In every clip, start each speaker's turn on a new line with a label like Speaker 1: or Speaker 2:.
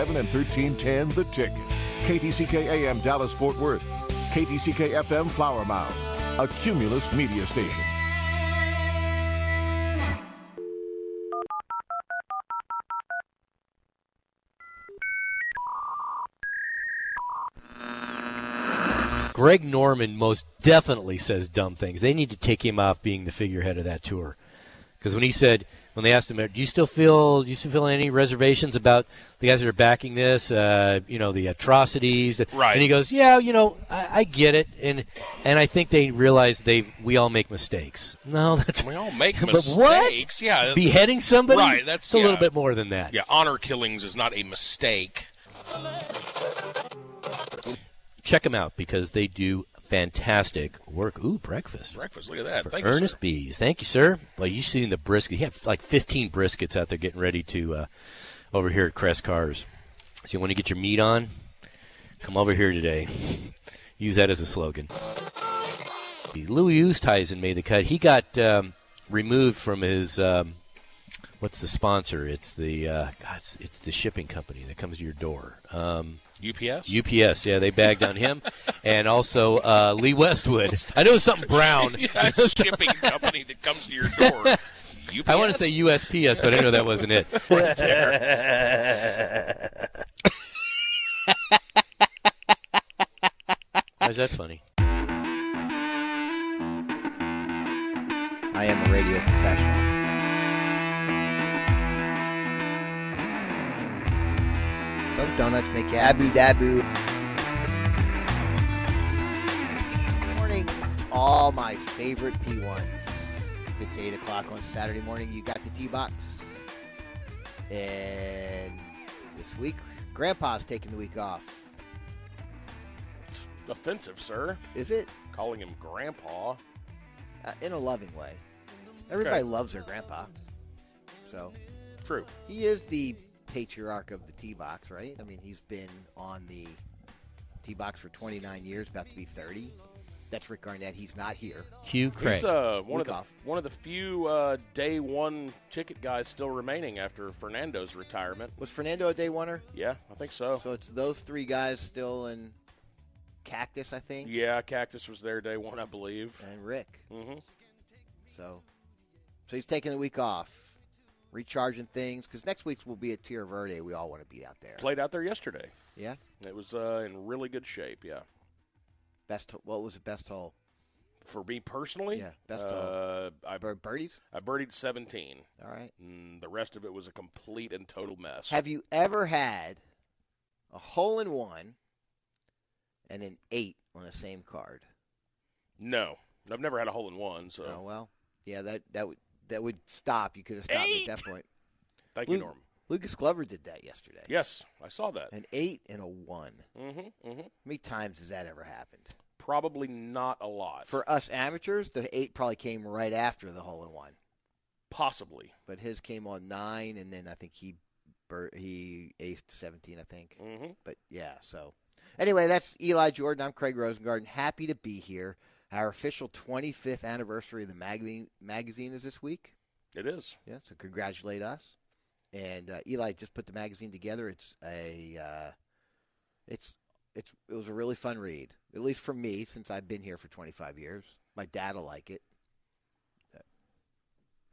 Speaker 1: 7 and 1310 The Ticket. KTCK AM Dallas Fort Worth. KTCK FM Flower Mound. A cumulus media station.
Speaker 2: Greg Norman most definitely says dumb things. They need to take him off being the figurehead of that tour. Because when he said, when they asked him, "Do you still feel, do you still feel any reservations about the guys that are backing this? Uh, you know, the atrocities."
Speaker 3: Right.
Speaker 2: And he goes, "Yeah, you know, I, I get it, and and I think they realize they we all make mistakes. No, that's
Speaker 3: We all make
Speaker 2: But
Speaker 3: mistakes.
Speaker 2: what?
Speaker 3: Yeah.
Speaker 2: beheading somebody.
Speaker 3: Right, that's-
Speaker 2: it's a little
Speaker 3: yeah.
Speaker 2: bit more than that.
Speaker 3: yeah, honor killings is not a mistake.
Speaker 2: Check them out because they do fantastic work. Ooh, breakfast.
Speaker 3: Breakfast, look at that. Thank you,
Speaker 2: Ernest
Speaker 3: sir.
Speaker 2: Bees. Thank you, sir. Well, you seen the brisket. He had like 15 briskets out there getting ready to uh, over here at Crest Cars. So you want to get your meat on? Come over here today. Use that as a slogan. Louis Oosthuizen made the cut. He got um, removed from his um, what's the sponsor? It's the uh, God, it's, it's the shipping company that comes to your door. Um,
Speaker 3: UPS?
Speaker 2: UPS, yeah, they bagged on him, and also uh, Lee Westwood. I know it's something brown.
Speaker 3: yeah, shipping company that comes to your door. UPS?
Speaker 2: I want to say USPS, but I know that wasn't it. Why is that funny?
Speaker 4: I am a radio professional. Don't donuts make you abu dabu? Morning, all my favorite P1s. If it's 8 o'clock on Saturday morning, you got the T box. And this week, Grandpa's taking the week off.
Speaker 3: offensive, sir.
Speaker 4: Is it?
Speaker 3: Calling him grandpa.
Speaker 4: Uh, in a loving way. Everybody loves their grandpa. So
Speaker 3: True.
Speaker 4: He is the patriarch of the T box, right? I mean, he's been on the T box for 29 years, about to be 30. That's Rick Garnett. He's not here.
Speaker 2: Hugh Craig.
Speaker 3: He's uh, one
Speaker 4: Week
Speaker 3: of the
Speaker 4: off.
Speaker 3: one of the few uh, day one ticket guys still remaining after Fernando's retirement.
Speaker 4: Was Fernando a day oneer?
Speaker 3: Yeah, I think so.
Speaker 4: So it's those three guys still in Cactus, I think,
Speaker 3: yeah, Cactus was there day one, I believe.
Speaker 4: and Rick.
Speaker 3: hmm
Speaker 4: So, so he's taking the week off, recharging things because next week's will be a Tierra Verde. We all want to be out there.
Speaker 3: Played out there yesterday.
Speaker 4: Yeah.
Speaker 3: It was uh, in really good shape. Yeah.
Speaker 4: Best. What was the best hole?
Speaker 3: For me personally,
Speaker 4: Yeah, best
Speaker 3: uh, I,
Speaker 4: Bir- Birdies.
Speaker 3: I birdied 17.
Speaker 4: All right.
Speaker 3: Mm, the rest of it was a complete and total mess.
Speaker 4: Have you ever had a hole in one and an eight on the same card?
Speaker 3: no, I've never had a hole in one. So
Speaker 4: Oh well, yeah that that would that would stop. You could have stopped at that point.
Speaker 3: thank
Speaker 4: Luke-
Speaker 3: you, Norm.
Speaker 4: Lucas Glover did that yesterday.
Speaker 3: Yes, I saw that.
Speaker 4: An eight and a one. How
Speaker 3: Mm-hmm, mm-hmm.
Speaker 4: many times has that ever happened?
Speaker 3: Probably not a lot.
Speaker 4: For us amateurs, the eight probably came right after the hole in one,
Speaker 3: possibly.
Speaker 4: but his came on nine, and then I think he bur- he aced seventeen, I think.
Speaker 3: Mm-hmm.
Speaker 4: But yeah, so anyway, that's Eli Jordan. I'm Craig Rosengarten. Happy to be here. Our official 25th anniversary of the magazine magazine is this week.
Speaker 3: It is.
Speaker 4: Yeah, so congratulate us. And uh, Eli just put the magazine together. It's a uh, it's it's it was a really fun read, at least for me since I've been here for 25 years. My dad'll like it.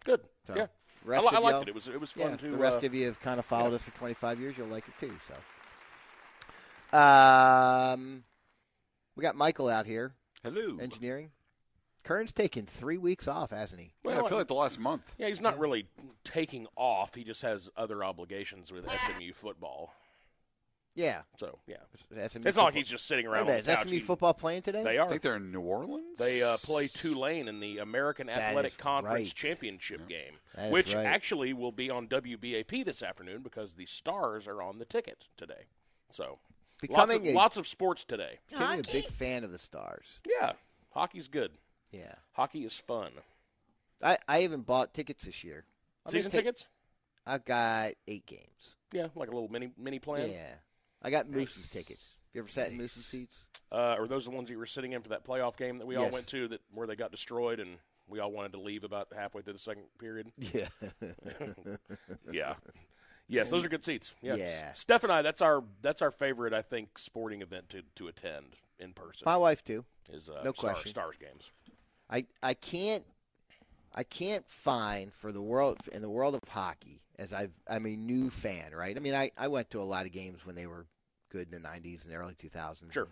Speaker 3: Good.
Speaker 4: So
Speaker 3: yeah. I,
Speaker 4: the rest
Speaker 3: li- I
Speaker 4: of y'all-
Speaker 3: liked it. It was it was fun
Speaker 4: yeah,
Speaker 3: to
Speaker 4: the rest
Speaker 3: uh,
Speaker 4: of you have kind of followed us for 25 years. You'll like it too. So, um, we got Michael out here,
Speaker 5: Hello.
Speaker 4: engineering. Kern's taken three weeks off, hasn't he?
Speaker 5: Well, I feel like the last month.
Speaker 3: yeah, he's not really taking off. He just has other obligations with SMU football.
Speaker 4: Yeah.
Speaker 3: So yeah,
Speaker 4: It's
Speaker 3: it's not like he's just sitting around. on the
Speaker 4: Is
Speaker 3: couch.
Speaker 4: SMU
Speaker 3: He-
Speaker 4: football playing today?
Speaker 3: They
Speaker 5: I
Speaker 3: are.
Speaker 5: think they're in New Orleans.
Speaker 3: They uh, play Tulane in the American
Speaker 4: That
Speaker 3: Athletic
Speaker 4: is
Speaker 3: Conference
Speaker 4: right.
Speaker 3: Championship game,
Speaker 4: That is
Speaker 3: which
Speaker 4: right.
Speaker 3: actually will be on WBAP this afternoon because the Stars are on the ticket today. So
Speaker 4: Becoming
Speaker 3: lots, of,
Speaker 4: a,
Speaker 3: lots of sports today.
Speaker 4: becoming a big fan of the Stars.
Speaker 3: Yeah, hockey's good.
Speaker 4: Yeah.
Speaker 3: Hockey is fun.
Speaker 4: I, I even bought tickets this year. I'm
Speaker 3: Season
Speaker 4: gonna take-
Speaker 3: tickets?
Speaker 4: I've got eight games.
Speaker 3: Yeah, like a little mini mini plan.
Speaker 4: Yeah. I got Moose's
Speaker 5: Nice.
Speaker 4: tickets. You ever sat in Moose's
Speaker 5: Nice.
Speaker 4: seats?
Speaker 3: Uh, are those the ones that you were sitting in for that playoff game that we all
Speaker 4: Yes.
Speaker 3: went to that where they got destroyed and we all wanted to leave about halfway through the second period?
Speaker 4: Yeah.
Speaker 3: Yeah. Yes, those are good seats. Yeah.
Speaker 4: Yeah.
Speaker 3: Steph and I, that's our that's our favorite, I think, sporting event to, to attend in person
Speaker 4: My wife too.
Speaker 3: is uh,
Speaker 4: no
Speaker 3: Star-
Speaker 4: question.
Speaker 3: Stars games.
Speaker 4: I I can't I can't find for the world in the world of hockey as I I'm a new fan, right? I mean, I I went to a lot of games when they were good in the 90s and the early 2000s.
Speaker 3: Sure.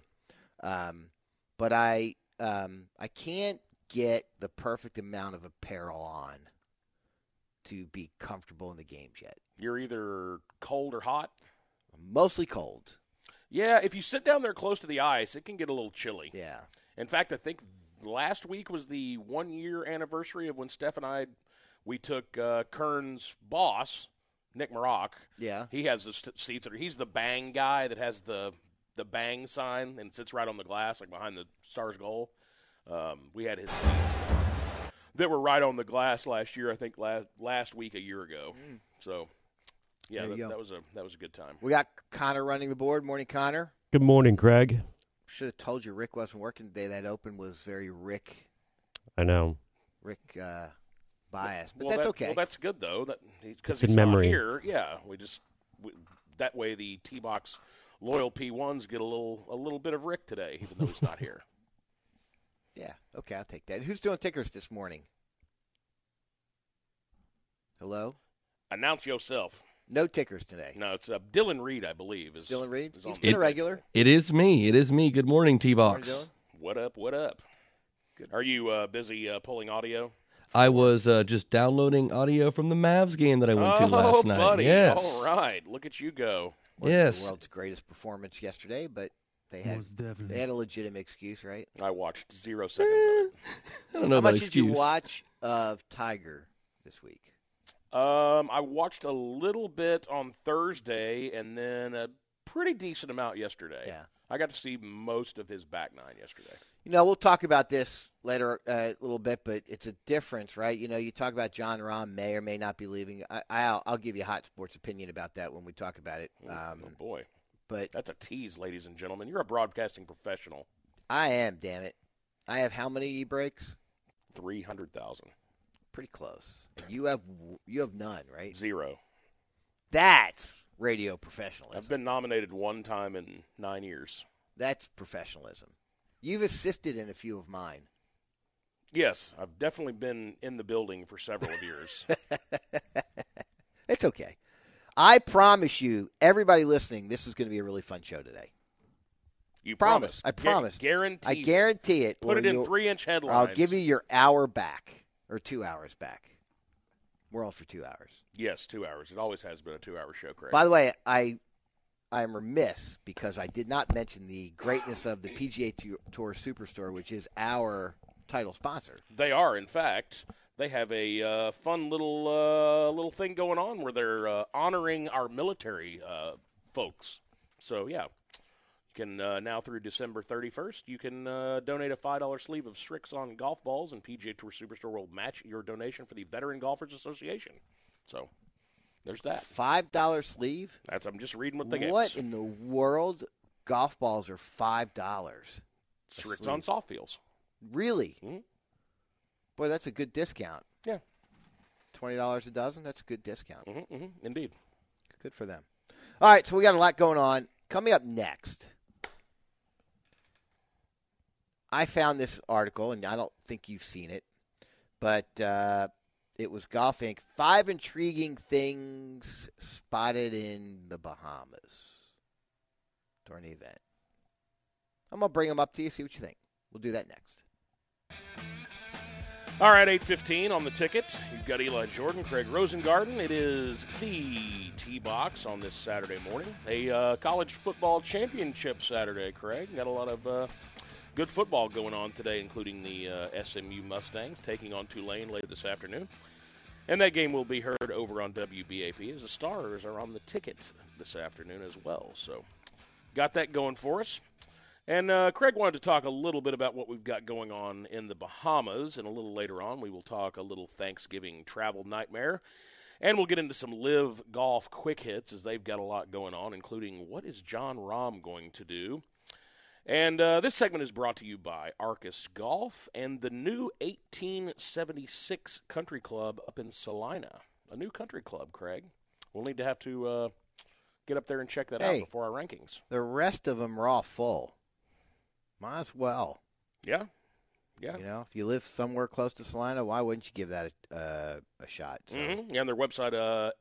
Speaker 4: Um, but I um I can't get the perfect amount of apparel on to be comfortable in the games yet.
Speaker 3: You're either cold or hot.
Speaker 4: Mostly cold.
Speaker 3: Yeah, if you sit down there close to the ice, it can get a little chilly.
Speaker 4: Yeah.
Speaker 3: In fact, I think last week was the one year anniversary of when Steph and I we took uh, Kern's boss Nick Maroc.
Speaker 4: Yeah.
Speaker 3: He has the st- seats that are he's the bang guy that has the the bang sign and sits right on the glass like behind the Stars goal. Um, we had his seats that were right on the glass last year. I think last last week a year ago. So yeah,
Speaker 4: Mm. There you
Speaker 3: that,
Speaker 4: go.
Speaker 3: that was a that was a good time.
Speaker 4: We got Connor running the board. Morning, Connor.
Speaker 6: Good morning, Greg.
Speaker 4: Should have told you Rick wasn't working today. That open was very Rick
Speaker 6: I know.
Speaker 4: Rick uh, bias, but
Speaker 3: well,
Speaker 4: that's
Speaker 3: that-
Speaker 4: okay.
Speaker 3: Well, that's good though. That because
Speaker 6: It's in
Speaker 3: he's
Speaker 6: memory.
Speaker 3: not here. Yeah, we just we, that way the T box loyal P ones get a little a little bit of Rick today, even though he's not here.
Speaker 4: yeah, okay, I'll take that. Who's doing tickers this morning? Hello,
Speaker 3: Announce yourself.
Speaker 4: no tickers today.
Speaker 3: No, it's uh, Dylan Reed, I believe. Is
Speaker 4: Dylan Reed,
Speaker 3: Is on
Speaker 4: he's been a
Speaker 3: the-
Speaker 4: regular.
Speaker 7: It is me. It is me. Good morning, T
Speaker 4: Morning,
Speaker 7: Box.
Speaker 4: Dylan.
Speaker 3: What up? What up? Are you uh, busy uh, pulling audio?
Speaker 7: I was uh, just downloading audio from the Mavs game that I went to last night.
Speaker 3: Oh, buddy!
Speaker 7: Yes.
Speaker 3: All right, look at you go.
Speaker 4: Wasn't
Speaker 7: Yes.
Speaker 4: the world's greatest performance yesterday, but they had they had a legitimate excuse, right?
Speaker 3: I watched zero seconds of it.
Speaker 7: I don't know
Speaker 4: How
Speaker 7: about
Speaker 4: much
Speaker 7: excuse.
Speaker 4: did you watch of Tiger this week?
Speaker 3: Um, I watched a little bit on Thursday, and then a pretty decent amount yesterday.
Speaker 4: Yeah.
Speaker 3: I got to see most of his back nine yesterday.
Speaker 4: You know, we'll talk about this later uh, a little bit, but it's a difference, right? You know, you talk about John Rahm may or may not be leaving. I, I'll, I'll give you a hot sports opinion about that when we talk about it. Um,
Speaker 3: oh boy,
Speaker 4: but
Speaker 3: that's a tease, ladies and gentlemen. You're a broadcasting professional.
Speaker 4: I am, damn it. I have how many e-breaks?
Speaker 3: Three hundred thousand
Speaker 4: Pretty close. You have you have none, right?
Speaker 3: zero.
Speaker 4: That's radio
Speaker 3: I've
Speaker 4: professionalism.
Speaker 3: been nominated one time in nine years.
Speaker 4: That's professionalism. You've assisted in a few of mine.
Speaker 3: Yes, I've definitely been in the building for several of years.
Speaker 4: It's okay. I promise you, everybody listening, this is going to be a really fun show today.
Speaker 3: You promise?
Speaker 4: Promise. I
Speaker 3: Gu-
Speaker 4: promise.
Speaker 3: guarantee.
Speaker 4: I guarantee it.
Speaker 3: Put
Speaker 4: or
Speaker 3: it in
Speaker 4: you'll-
Speaker 3: three-inch headlines.
Speaker 4: I'll give you your hour back or two hours back. We're on for two hours.
Speaker 3: Yes, two hours. It always has been a two-hour show, Craig.
Speaker 4: By the way, I I am remiss because I did not mention the greatness of the PGA Tu- Tour Superstore, which is our title sponsor.
Speaker 3: They are, in fact. They have a uh, fun little uh, little thing going on where they're uh, honoring our military uh, folks. So yeah, you can uh, now through December thirty first, you can uh, donate a five dollar sleeve of Strixon golf balls, and PGA Tour Superstore will match your donation for the Veteran Golfers Association. So there's that.
Speaker 4: Five dollar sleeve.
Speaker 3: That's I'm just reading what they gave
Speaker 4: What
Speaker 3: us.
Speaker 4: in the world? Golf balls are five dollars.
Speaker 3: Strixon soft fields.
Speaker 4: Really?
Speaker 3: Mhm.
Speaker 4: Boy, that's a good discount.
Speaker 3: Yeah.
Speaker 4: Twenty dollars a dozen. That's a good discount.
Speaker 3: hmm hmm Indeed.
Speaker 4: Good for them. All right, so we got a lot going on. Coming up next, I found this article, and I don't think you've seen it, but uh, it was Golf Inc. Five intriguing things spotted in the Bahamas during the event. I'm going to bring them up to you, see what you think. We'll do that next.
Speaker 3: All right, 815 on the ticket. You've got Eli Jordan, Craig Rosengarten. It is the T box on this Saturday morning. A uh, college football championship Saturday, Craig. Got a lot of uh, good football going on today, including the uh, SMU Mustangs taking on Tulane later this afternoon. And that game will be heard over on WBAP as the Stars are on the ticket this afternoon as well. So, got that going for us. And uh, Craig wanted to talk a little bit about what we've got going on in the Bahamas, and a little later on we will talk a little Thanksgiving travel nightmare, and we'll get into some live golf quick hits as they've got a lot going on, including what is John Rahm going to do. And uh, this segment is brought to you by Arcus Golf and the new 1876 Country Club up in Salina, a new country club, Craig. We'll need to have to uh, get up there and check that
Speaker 4: Hey.
Speaker 3: out before our rankings.
Speaker 4: The rest of them are all full. Might as well.
Speaker 3: Yeah, yeah.
Speaker 4: You know, if you live somewhere close to Salina, why wouldn't you give that a, uh, a shot? So,
Speaker 3: Mhm. Yeah, on their website, uh,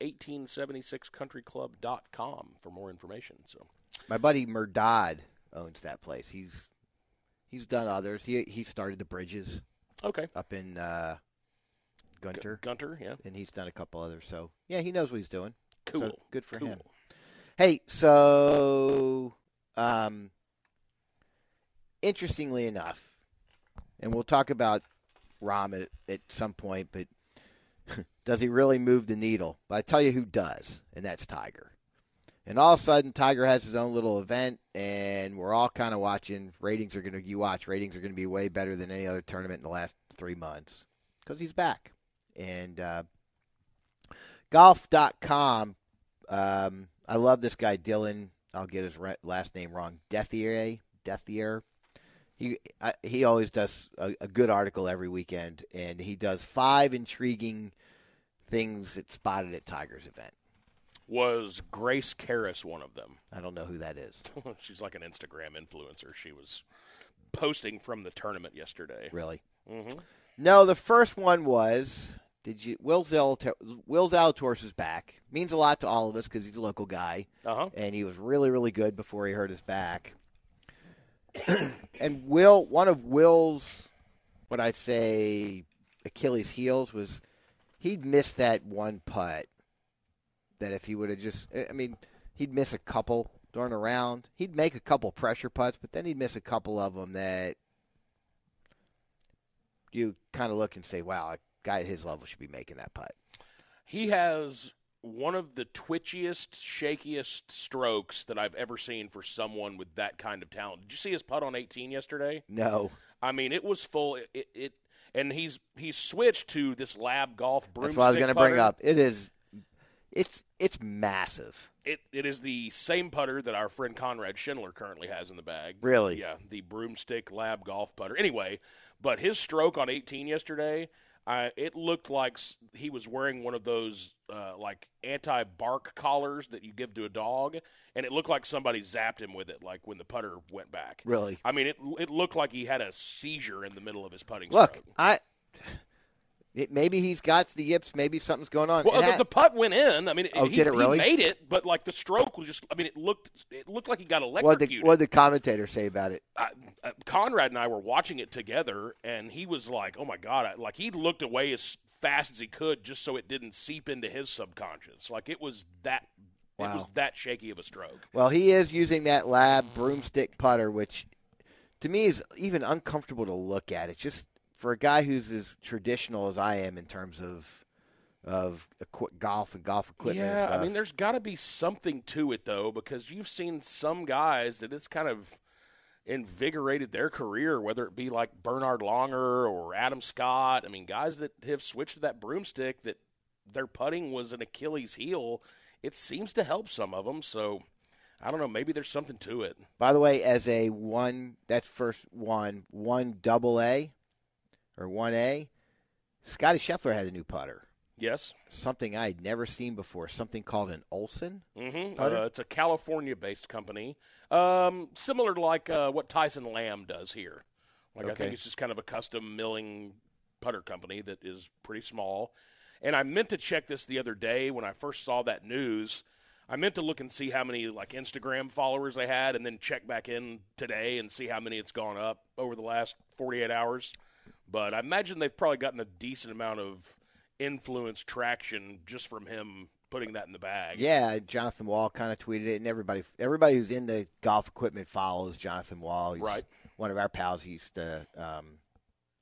Speaker 3: 1876countryclub.com for more information. So,
Speaker 4: My buddy Murdad owns that place. He's he's done others. He he started the bridges
Speaker 3: okay.
Speaker 4: up in uh, Gunter,
Speaker 3: Gunter, yeah.
Speaker 4: and he's done a couple others. So yeah, he knows what he's doing. So,
Speaker 3: Cool.
Speaker 4: good for
Speaker 3: cool.
Speaker 4: him. Hey, so um, interestingly enough, and we'll talk about Rom at, at some point, but does he really move the needle? But I tell you who does, and that's Tiger. And all of a sudden, Tiger has his own little event, and we're all kind of watching. Ratings are going to you watch ratings are going to be way better than any other tournament in the last three months because he's back. And uh, golf.com um, I love this guy Dylan. I'll get his re- last name wrong. Dethier, Dethier. He I, he always does a, a good article every weekend, and he does five intriguing things that spotted at Tiger's event.
Speaker 3: Was Grace Karras one of them?
Speaker 4: I don't know who that is.
Speaker 3: She's like an Instagram influencer. She was posting from the tournament yesterday.
Speaker 4: Really?
Speaker 3: hmm
Speaker 4: No, the first one was. Did you Will Zalator, Will Zalatoris is back. Means a lot to all of us because he's a local guy.
Speaker 3: Uh huh.
Speaker 4: and he was really really good before he hurt his back. and Will, one of Will's, what I'd say, Achilles' heels was he'd missed that one putt. That if he would have just, I mean, he'd miss a couple during a round. He'd make a couple pressure putts, but then he'd miss a couple of them that you kind of look and say, "Wow, a guy at his level should be making that putt."
Speaker 3: He has one of the twitchiest, shakiest strokes that I've ever seen for someone with that kind of talent. Did you see his putt on 18 yesterday?
Speaker 4: No,
Speaker 3: I mean, it was full. It, it, it and he's he's switched to this lab golf broomstick.
Speaker 4: that's what I was going to bring
Speaker 3: putter.
Speaker 4: up. It is, it's it's massive.
Speaker 3: It it is the same putter that our friend Conrad Schindler currently has in the bag.
Speaker 4: Really?
Speaker 3: Yeah, the broomstick lab golf putter. Anyway, but his stroke on 18 yesterday, I, it looked like s- he was wearing one of those uh, like anti-bark collars that you give to a dog, and it looked like somebody zapped him with it, like when the putter went back.
Speaker 4: Really?
Speaker 3: I mean, it it looked like he had a seizure in the middle of his putting
Speaker 4: Look,
Speaker 3: stroke.
Speaker 4: I it, maybe he's got the yips. Maybe something's going on.
Speaker 3: Well,
Speaker 4: And
Speaker 3: the,
Speaker 4: I-
Speaker 3: the putt went in. I mean,
Speaker 4: Oh,
Speaker 3: he,
Speaker 4: did it
Speaker 3: he
Speaker 4: really?
Speaker 3: made it, but like the stroke was just. I mean, it looked it looked like he got
Speaker 4: what
Speaker 3: electrocuted.
Speaker 4: the what the commentator say about it?
Speaker 3: I, uh, Conrad and I were watching it together, and he was like, "Oh my god!" I, like he looked away as fast as he could, just so it didn't seep into his subconscious. Like it was that. It was
Speaker 4: Wow.
Speaker 3: that shaky of a stroke.
Speaker 4: Well, he is using that lab broomstick putter, which to me is even uncomfortable to look at. It's just for a guy who's as traditional as I am in terms of of equi- golf and golf equipment. and
Speaker 3: yeah, I
Speaker 4: stuff.
Speaker 3: mean, there's got to be something to it though, because you've seen some guys that it's kind of invigorated their career, whether it be like Bernard Longer or Adam Scott. I mean, guys that have switched to that broomstick that their putting was an Achilles heel. It seems to help some of them, so. I don't know. Maybe there's something to it.
Speaker 4: By the way, as a one, that's first one, one double A or one A. Scotty Scheffler had a new putter.
Speaker 3: Yes.
Speaker 4: something I had never seen before, something called an Olson.
Speaker 3: Mm-hmm.
Speaker 4: Putter?
Speaker 3: Uh, it's a California-based company, um, similar to like uh, what Tyson Lamb does here. Like I
Speaker 4: Okay.
Speaker 3: think it's just kind of a custom milling putter company that is pretty small. And I meant to check this the other day when I first saw that news. I meant to look and see how many like Instagram followers they had, and then check back in today and see how many it's gone up over the last 48 hours. But I imagine they've probably gotten a decent amount of influence traction just from him putting that in the bag.
Speaker 4: Yeah, Jonathan Wall kind of tweeted it, and everybody everybody who's in the golf equipment follows Jonathan Wall. He's
Speaker 3: Right.
Speaker 4: One of our pals he used to. Um,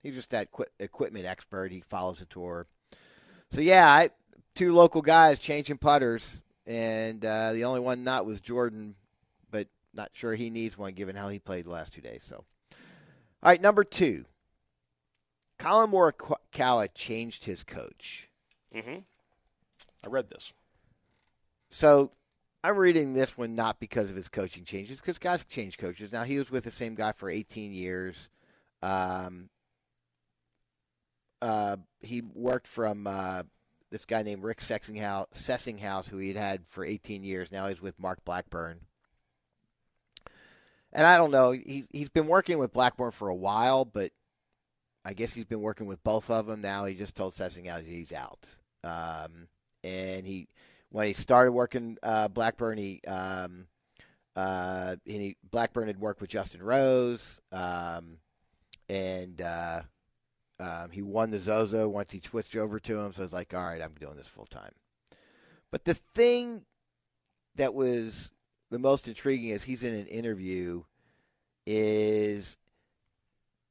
Speaker 4: he's just that equi- equipment expert. He follows the tour. So yeah, I, two local guys changing putters, and uh, the only one not was Jordan, but not sure he needs one given how he played the last two days. So, all right, number two. Colin Morikawa changed his coach.
Speaker 3: Mm-hmm. I read this.
Speaker 4: So I'm reading this one not because of his coaching changes, because guys change coaches. Now he was with the same guy for 18 years. Um, uh, he worked from uh, this guy named Rick Sessinghouse, Sessinghouse, who he'd had for 18 years. Now he's with Mark Blackburn. And I don't know. He he's been working with Blackburn for a while, but I guess he's been working with both of them now. He just told Sessinghouse he's out. Um, and he when he started working uh, Blackburn, he um, uh, and he Blackburn had worked with Justin Rose, um, and uh, um, he won the Zozo once he switched over to him. So it's like, all right, I'm doing this full time. But the thing that was the most intriguing is he's in an interview is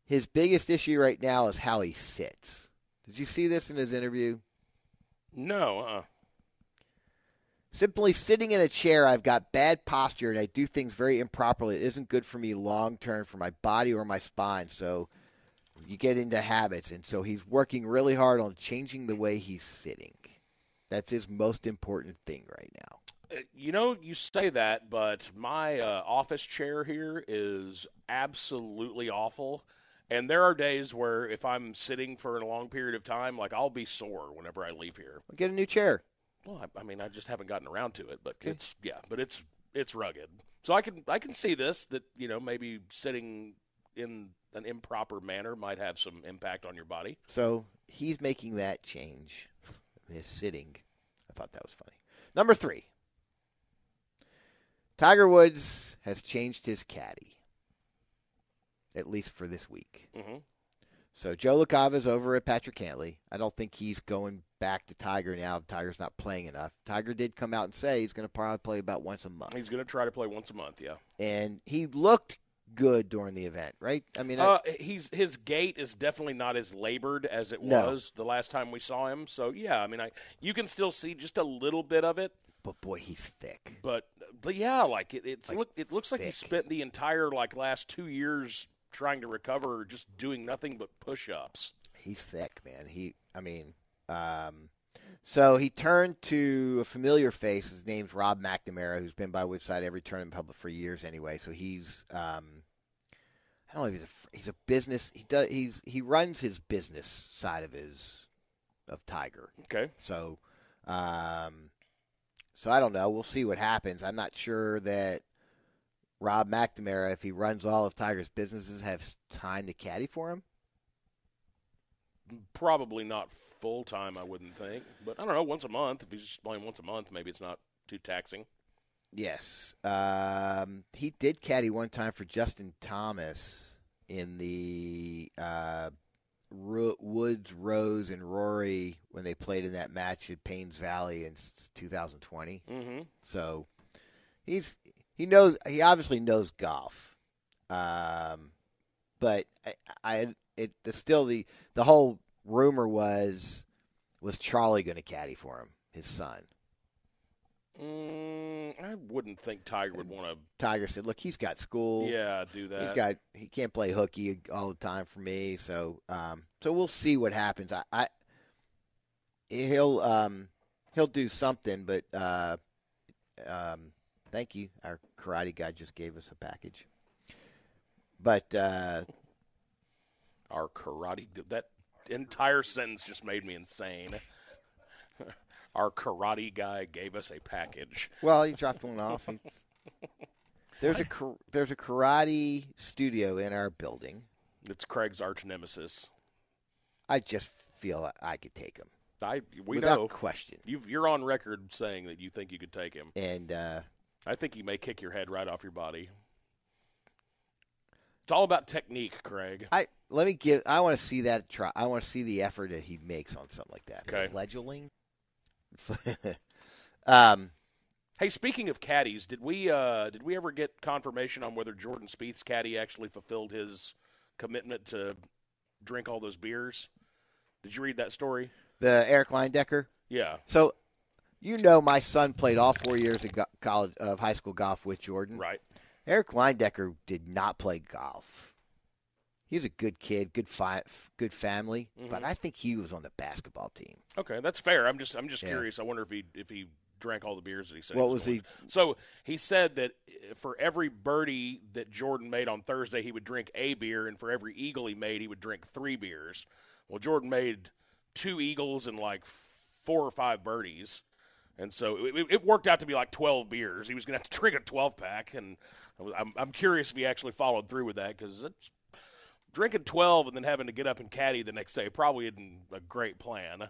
Speaker 4: his biggest issue right now is how he sits. Did you see this in his interview?
Speaker 3: No, uh,
Speaker 4: Simply sitting in a chair, I've got bad posture and I do things very improperly. It isn't good for me long term for my body or my spine. So you get into habits. And so he's working really hard on changing the way he's sitting. That's his most important thing right now.
Speaker 3: uh, you know, you say that, but my uh, office chair here is absolutely awful. And there are days where if I'm sitting for a long period of time, like I'll be sore whenever I leave here.
Speaker 4: Well, get a new chair.
Speaker 3: Well, I, I mean, I just haven't gotten around to it, but it's yeah, but it's it's rugged. So I can I can see this that you know maybe sitting in an improper manner might have some impact on your body.
Speaker 4: So he's making that change. His sitting. I thought that was funny. Number three. Tiger Woods has changed his caddy. At least for this week.
Speaker 3: hmm
Speaker 4: So Joe Lacava's over at Patrick Cantley. I don't think he's going back to Tiger now. Tiger's not playing enough. Tiger did come out and say he's going to probably play about once a month,
Speaker 3: He's going to try to play once a month. Yeah,
Speaker 4: and he looked good during the event, right? I mean, I-
Speaker 3: uh, he's his gait is definitely not as labored as it
Speaker 4: No.
Speaker 3: was the last time we saw him. So yeah, I mean, I you can still see just a little bit of it,
Speaker 4: but boy, he's thick.
Speaker 3: but but yeah, like it, it's
Speaker 4: Like,
Speaker 3: look it looks like he
Speaker 4: thick.
Speaker 3: spent the entire like last two years trying to recover, just doing nothing but push-ups.
Speaker 4: He's thick, man. He, I mean, um, so he turned to a familiar face. His name's Rob McNamara, who's been by Woodside every tournament public for years anyway. So he's, um, I don't know if he's a fr- he's a business. He does he's he runs his business side of his of Tiger.
Speaker 3: Okay.
Speaker 4: So, um, so I don't know. We'll see what happens. I'm not sure that Rob McNamara, if he runs all of Tiger's businesses, has time to caddy for him.
Speaker 3: Probably not full time, I wouldn't think. But I don't know, once a month. If he's just playing once a month, maybe it's not too taxing.
Speaker 4: Yes. Um, he did caddy one time for Justin Thomas in the uh, Ro- Woods, Rose, and Rory when they played in that match at Paynes Valley in s- 2020.
Speaker 3: Mm-hmm.
Speaker 4: So he's he knows he obviously knows golf, um, but I, I it the, still the the whole rumor was was Charlie going to caddy for him, his son.
Speaker 3: Mm, I wouldn't think Tiger would want
Speaker 4: Tiger said, "Look, he's got school.
Speaker 3: to, yeah, do that.
Speaker 4: he's got he can't play hooky all the time for me. So um, so we'll see what happens. I, I he'll um he'll do something, but uh, um, thank you. Our karate guy just gave us a package. But uh,
Speaker 3: Our karate. That entire sentence just made me insane. Our karate guy gave us a package.
Speaker 4: well, he dropped one off. It's, there's a kar- there's a karate studio in our building.
Speaker 3: It's Craig's arch nemesis.
Speaker 4: I just feel I could take him
Speaker 3: I we
Speaker 4: without
Speaker 3: know
Speaker 4: question.
Speaker 3: you've, you're on record saying that you think you could take him.
Speaker 4: And uh,
Speaker 3: I think he may kick your head right off your body. It's all about technique, Craig.
Speaker 4: I let me give. I want to see that try. I want to see the effort that he makes on something like that.
Speaker 3: Okay.
Speaker 4: Fledgling. um.
Speaker 3: Hey, speaking of caddies, did we uh, did we ever get confirmation on whether Jordan Spieth's caddy actually fulfilled his commitment to drink all those beers? Did you read that story?
Speaker 4: The Eric Linedecker.
Speaker 3: Yeah.
Speaker 4: So, you know, my son played all four years of go- college of high school golf with Jordan.
Speaker 3: Right.
Speaker 4: Eric Linedecker did not play golf. He's a good kid, good fi- good family,
Speaker 3: Mm-hmm.
Speaker 4: but I think he was on the basketball team.
Speaker 3: Okay, that's fair. I'm just I'm just
Speaker 4: Yeah.
Speaker 3: curious. I wonder if he if he drank all the beers that he said.
Speaker 4: What
Speaker 3: he
Speaker 4: was he?
Speaker 3: So he said that eh, for every birdie that Jordan made on Thursday, he would drink a beer, and for every eagle he made, he would drink three beers. Well, Jordan made two eagles and like four or five birdies. And so it, it- it worked out to be like 12 beers. He was going to have to drink a 12 pack. And I was- I'm, I'm curious if he actually followed through with that because it's drinking 12 and then having to get up and caddy the next day probably isn't a great plan.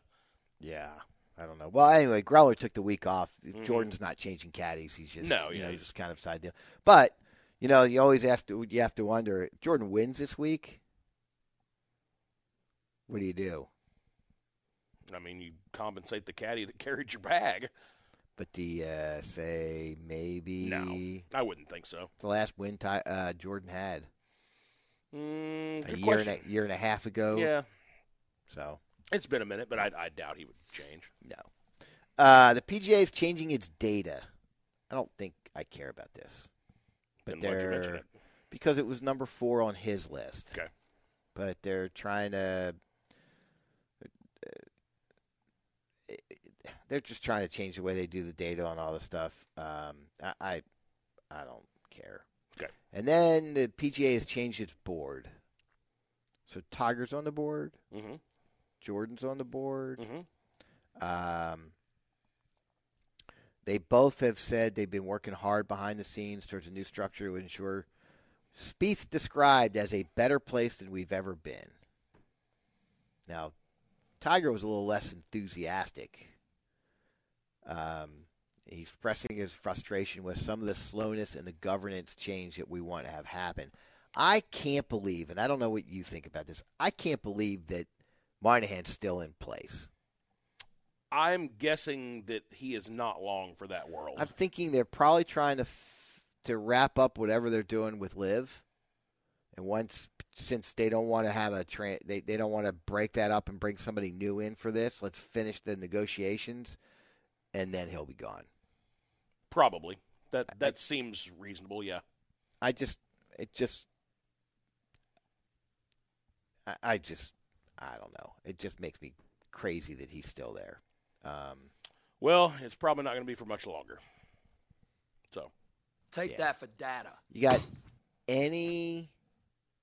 Speaker 4: Yeah, I don't know. Well, anyway, Growler took the week off. Jordan's not changing caddies. He's just
Speaker 3: Mm-hmm. No,
Speaker 4: you
Speaker 3: yeah,
Speaker 4: know,
Speaker 3: he's-
Speaker 4: just kind of side deal. But you know, you always ask. To, you have to wonder. Jordan wins this week. What do you do?
Speaker 3: I mean, you compensate the caddy that carried your bag.
Speaker 4: But do you uh, say maybe
Speaker 3: No. I wouldn't think so.
Speaker 4: the last win ti uh, Jordan had
Speaker 3: Mm,
Speaker 4: a
Speaker 3: good
Speaker 4: year and
Speaker 3: question.
Speaker 4: a year and a half ago?
Speaker 3: Yeah,
Speaker 4: So
Speaker 3: it's been a minute, but I, I doubt he would change.
Speaker 4: no. Uh, the PGA is changing its data. I don't think I care about this, but
Speaker 3: Didn't let you mention
Speaker 4: they're
Speaker 3: it.
Speaker 4: because it was number four on his list.
Speaker 3: Okay.
Speaker 4: But they're trying to. They're just trying to change the way they do the data on all this stuff. Um, I, I, I don't care.
Speaker 3: Okay.
Speaker 4: And then the PGA has changed its board. So Tiger's on the board.
Speaker 3: Mm-hmm.
Speaker 4: Jordan's on the board.
Speaker 3: Mm-hmm.
Speaker 4: Um, they both have said they've been working hard behind the scenes towards a new structure to ensure Spieth described as a better place than we've ever been. Now, Tiger was a little less enthusiastic. Um, he's expressing his frustration with some of the slowness and the governance change that we want to have happen. I can't believe, and I don't know what you think about this. I can't believe that Moynihan's still in place.
Speaker 3: I'm guessing that he is not long for that world.
Speaker 4: I'm thinking they're probably trying to f- to wrap up whatever they're doing with Live, and once since they don't want to have a tra- they they don't want to break that up and bring somebody new in for this. Let's finish the negotiations, and then he'll be gone.
Speaker 3: Probably. That that seems reasonable. Yeah.
Speaker 4: I just it just I, I just I don't know. It just makes me crazy that he's still there. Um,
Speaker 3: Well, it's probably not going to be for much longer. So
Speaker 8: Take
Speaker 4: Yeah.
Speaker 8: that for data.
Speaker 4: You got any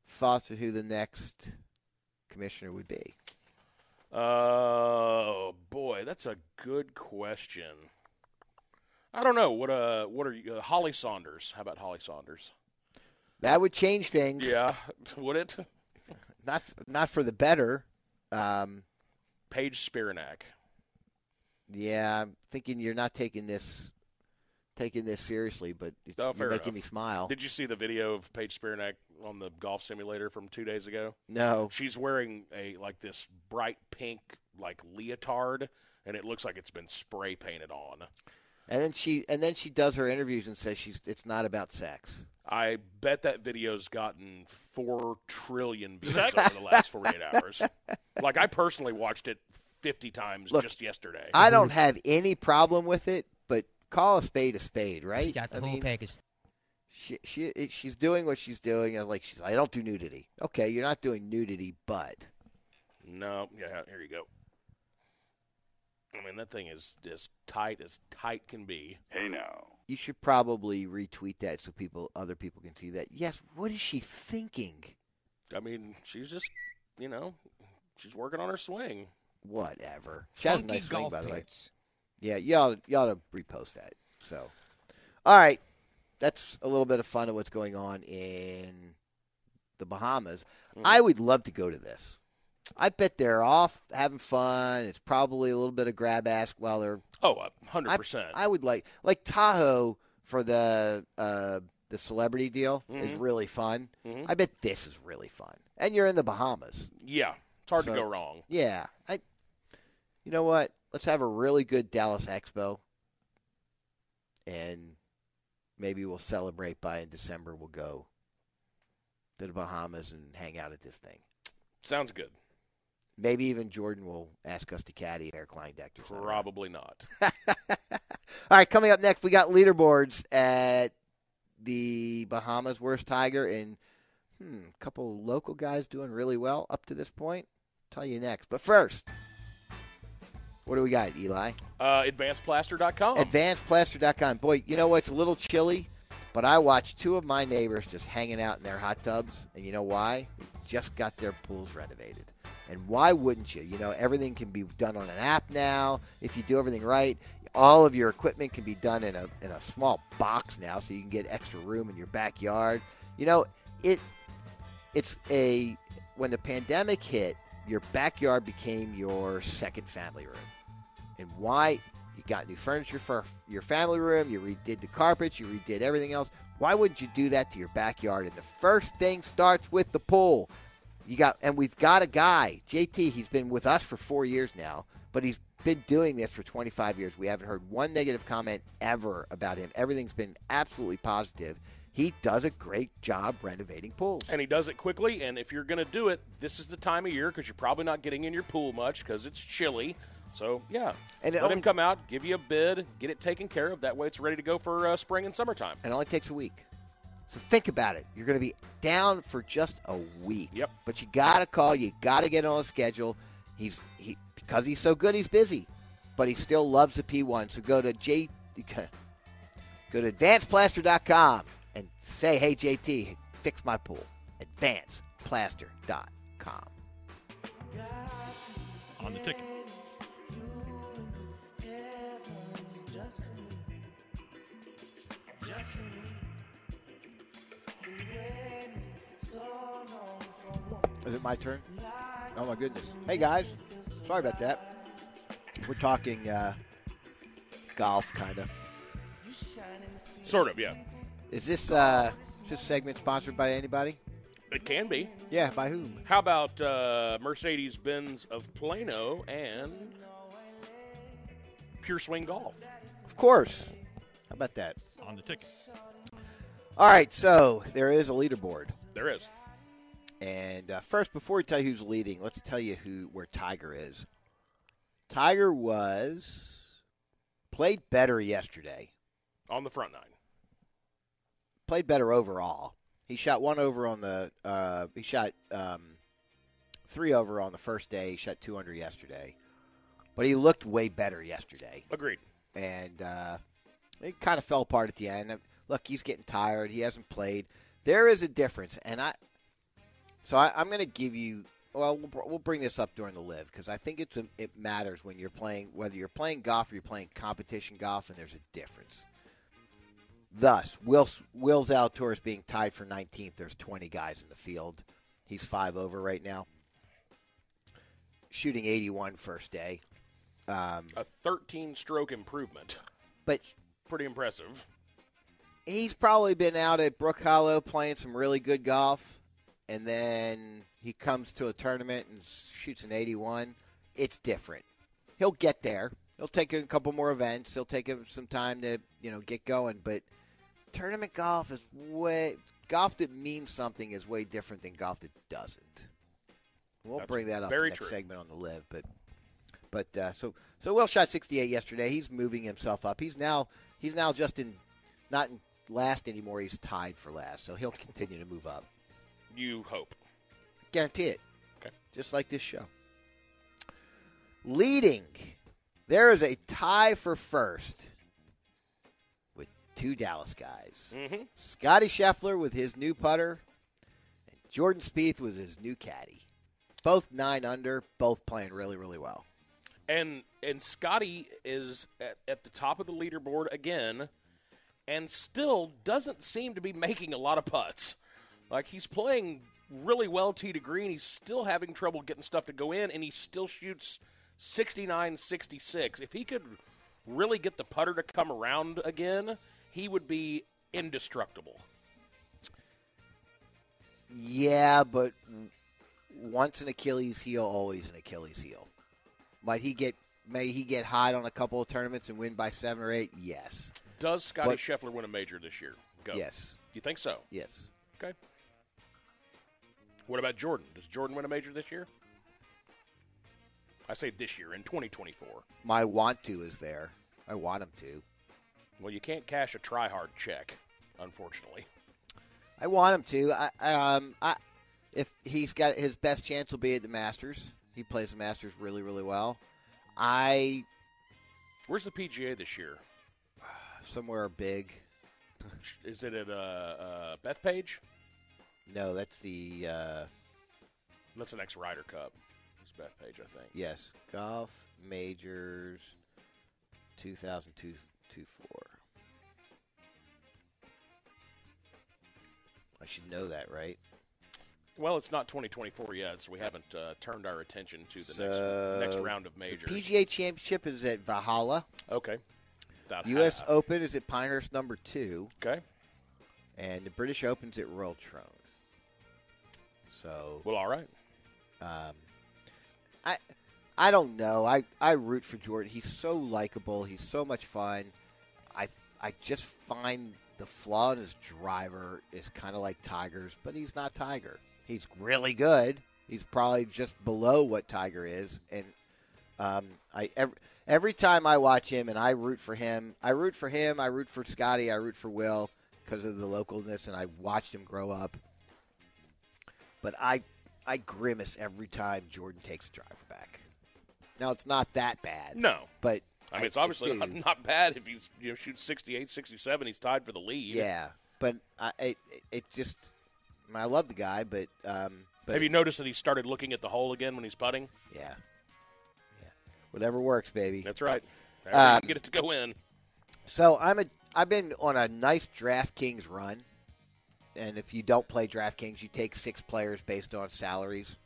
Speaker 4: thoughts of who the next commissioner would be?
Speaker 3: Oh boy, that's a good question. I don't know what uh what are you uh, Holly Saunders? How about Holly Saunders?
Speaker 4: That would change things.
Speaker 3: Yeah, would it?
Speaker 4: Not not for the better. Um,
Speaker 3: Paige Spiranak.
Speaker 4: yeah, I'm thinking you're not taking this taking this seriously, but it's,
Speaker 3: Oh,
Speaker 4: you're
Speaker 3: fair
Speaker 4: making
Speaker 3: enough.
Speaker 4: me smile.
Speaker 3: Did you see the video of Paige Spiranak on the golf simulator from two days ago?
Speaker 4: no.
Speaker 3: She's wearing a like this bright pink like leotard, and it looks like it's been spray painted on.
Speaker 4: And then she and then she does her interviews and says she's it's not about sex.
Speaker 3: I bet that video's gotten four trillion views over the last forty-eight hours. Like I personally watched it fifty times
Speaker 4: Look,
Speaker 3: just yesterday.
Speaker 4: I don't have any problem with it, but call a spade a spade, right? I mean,
Speaker 9: package.
Speaker 4: she, she it- she's doing what she's doing. and like she's I don't do nudity. Okay, you're not doing nudity, but
Speaker 3: no, yeah, here you go. I mean, that thing is as tight as tight can be.
Speaker 5: Hey now.
Speaker 4: you should probably retweet that so people other people can see that. Yes, what is she thinking?
Speaker 3: I mean, she's just, you know, she's working on her swing.
Speaker 4: Whatever. She has a
Speaker 8: Funky
Speaker 4: nice swing,
Speaker 8: golf
Speaker 4: by the way.
Speaker 8: pants.
Speaker 4: Yeah, you ought, you ought to repost that. So, all right, that's a little bit of fun of what's going on in the Bahamas.
Speaker 8: Mm-hmm.
Speaker 4: I would love to go to this. I bet they're off having fun. It's probably a little bit of grab ass while they're.
Speaker 3: Oh, a hundred
Speaker 4: I,
Speaker 3: percent.
Speaker 4: I would like like Tahoe for the uh, the celebrity deal is
Speaker 3: Mhm.
Speaker 4: really fun.
Speaker 3: Mhm.
Speaker 4: I bet this is really fun, and you're in the Bahamas.
Speaker 3: Yeah, it's hard
Speaker 4: So-
Speaker 3: to go wrong.
Speaker 4: Yeah, I. You know what? Let's have a really good Dallas Expo, and maybe we'll celebrate by in December. We'll go to the Bahamas and hang out at this thing.
Speaker 3: Sounds good.
Speaker 4: Maybe even Jordan will ask us to caddy Eric Kleindeck. or something.
Speaker 3: Probably not.
Speaker 4: All right, coming up next, we got leaderboards at the Bahamas Worst Tiger and hmm, a couple local guys doing really well up to this point. Tell you next. But first, what do we got, Eli?
Speaker 3: Uh, AdvancedPlaster.com.
Speaker 4: AdvancedPlaster.com. Boy, you know what? It's a little chilly, but I watched two of my neighbors just hanging out in their hot tubs, and you know why? They just got their pools renovated. And why wouldn't you? You know, everything can be done on an app now. If you do everything right, all of your equipment can be done in a in a small box now, so you can get extra room in your backyard. You know, it it's a when the pandemic hit, your backyard became your second family room. And why? You got new furniture for your family room. You redid the carpets. You redid everything else. Why wouldn't you do that to your backyard? And the first thing starts with the pool. You got, and we've got a guy, JT. He's been with us for four years now, but he's been doing this for 25 years. We haven't heard one negative comment ever about him. Everything's been absolutely positive. He does a great job renovating pools.
Speaker 3: And he does it quickly. And if you're going to do it, this is the time of year because you're probably not getting in your pool much because it's chilly. So yeah,
Speaker 4: And it
Speaker 3: let him
Speaker 4: only-
Speaker 3: come out, give you a bid, get it taken care of. That way, it's ready to go for uh, spring and summertime.
Speaker 4: and it only takes a week. So think about it. You're going to be down for just a week.
Speaker 3: Yep.
Speaker 4: But you got to call. You got to get on a schedule. He's he because he's so good. He's busy, but he still loves the P1. So go to J, go to advancedplaster.com and say, "Hey JT, fix my pool." Advancedplaster.com.
Speaker 8: on the ticket.
Speaker 4: Is it my turn? Oh my goodness! Hey guys, sorry about that. We're talking uh, golf, kind of.
Speaker 3: Sort of, yeah.
Speaker 4: Is this uh, is this segment sponsored by anybody?
Speaker 3: It can be.
Speaker 4: Yeah, by whom?
Speaker 3: How about uh, Mercedes Benz of Plano and Pure Swing Golf?
Speaker 4: Of course. How about that?
Speaker 8: On the ticket.
Speaker 4: All right, so there is a leaderboard,
Speaker 3: There is.
Speaker 4: and uh, first, before we tell you who's leading, let's tell you who where Tiger is. Tiger was played better yesterday.
Speaker 3: On the front nine.
Speaker 4: Played better overall. He shot one over on the. Uh, he shot um, three over on the first day. He shot two under yesterday, but he looked way better yesterday.
Speaker 3: Agreed.
Speaker 4: and uh, it kind of fell apart at the end. Look, he's getting tired. He hasn't played. There is a difference, and I. So I, I'm going to give you. Well, we'll br- we'll bring this up during the live because I think it's a, it matters when you're playing whether you're playing golf or you're playing competition golf, and there's a difference. Thus, Will Will Zalatoris being tied for 19th. There's 20 guys in the field. He's five over right now. Shooting 81 first day. Um,
Speaker 3: A 13 stroke improvement.
Speaker 4: but
Speaker 3: Pretty impressive.
Speaker 4: he's probably been out at Brook Hollow playing some really good golf, and then he comes to a tournament and shoots an 81. It's different. He'll get there. He'll take a couple more events. He'll take him some time to you know get going. But tournament golf is way golf that means something is way different than golf that doesn't. We'll
Speaker 3: That's
Speaker 4: bring that up
Speaker 3: very
Speaker 4: next
Speaker 3: true.
Speaker 4: segment on the live, but but uh, so so Will shot 68 yesterday. He's moving himself up. He's now he's now just in not in last anymore. He's tied for last, so he'll continue to move up.
Speaker 3: You hope.
Speaker 4: Guarantee it.
Speaker 3: Okay.
Speaker 4: Just like this show. Leading, there is a tie for first with two Dallas guys.
Speaker 3: Mm-hmm.
Speaker 4: Scotty Scheffler with his new putter, and Jordan Spieth with his new caddy. Both nine under, both playing really, really well.
Speaker 3: And and Scotty is at, at the top of the leaderboard again, and still doesn't seem to be making a lot of putts. Like he's playing really well tee to green. He's still having trouble getting stuff to go in, and he still shoots 69 66. If he could really get the putter to come around again, he would be indestructible.
Speaker 4: Yeah, but w- once an Achilles heel, always an Achilles heel. Might he get? May he get hot on a couple of tournaments and win by seven or eight? Yes,
Speaker 3: Does Scotty
Speaker 4: What-
Speaker 3: Scheffler win a major this year? Go.
Speaker 4: yes,
Speaker 3: You think so?
Speaker 4: yes.
Speaker 3: Okay. What about Jordan? Does Jordan win a major this year? I say this year in 2024.
Speaker 4: My want to is there. I want him to.
Speaker 3: Well, you can't cash a try-hard check, unfortunately.
Speaker 4: I want him to. I, I, um, I, if he's got his best chance will be at the Masters. He plays the Masters really, really well. I
Speaker 3: Where's the PGA this year?
Speaker 4: somewhere big.
Speaker 3: Is it at uh, uh, Bethpage?
Speaker 4: No, that's the. Uh,
Speaker 3: That's the next Ryder Cup. that page, I think.
Speaker 4: Yes, golf majors, 2024. I should know that, right?
Speaker 3: Well, it's not 2024 yet, so we haven't uh, turned our attention to the
Speaker 4: So,
Speaker 3: next next round of
Speaker 4: The
Speaker 3: majors.
Speaker 4: PGA Championship is at Valhalla.
Speaker 3: okay. That-
Speaker 4: U.S. Open is at Pinehurst number two,
Speaker 3: Okay.
Speaker 4: and the British Open's at Royal Troon. So
Speaker 3: Well, all right.
Speaker 4: Um, I I don't know. I, I root for Jordan. He's so likable. He's so much fun. I I just find the flaw in his driver is kind of like Tiger's, but he's not Tiger. He's really good. He's probably just below what Tiger is, and um, I every, every time I watch him and I root for him, I root for him, I root for Scotty, I root for Will because of the localness, and I watched him grow up. But I I grimace every time Jordan takes a driver back. Now it's not that bad,
Speaker 3: No.
Speaker 4: but
Speaker 3: I mean, it's
Speaker 4: I-
Speaker 3: obviously
Speaker 4: dude,
Speaker 3: not, not bad if he's you know shoots 68, 67. He's tied for the lead.
Speaker 4: yeah. But I it, it just I, mean, I love the guy, but um, but
Speaker 3: Have you noticed that he started looking at the hole again when he's putting?
Speaker 4: yeah, yeah, whatever works, baby.
Speaker 3: That's right. However
Speaker 4: Uh,
Speaker 3: you can get it to go in.
Speaker 4: So I'm a I've been on a nice DraftKings run, and if you don't play DraftKings, you take six players based on salaries.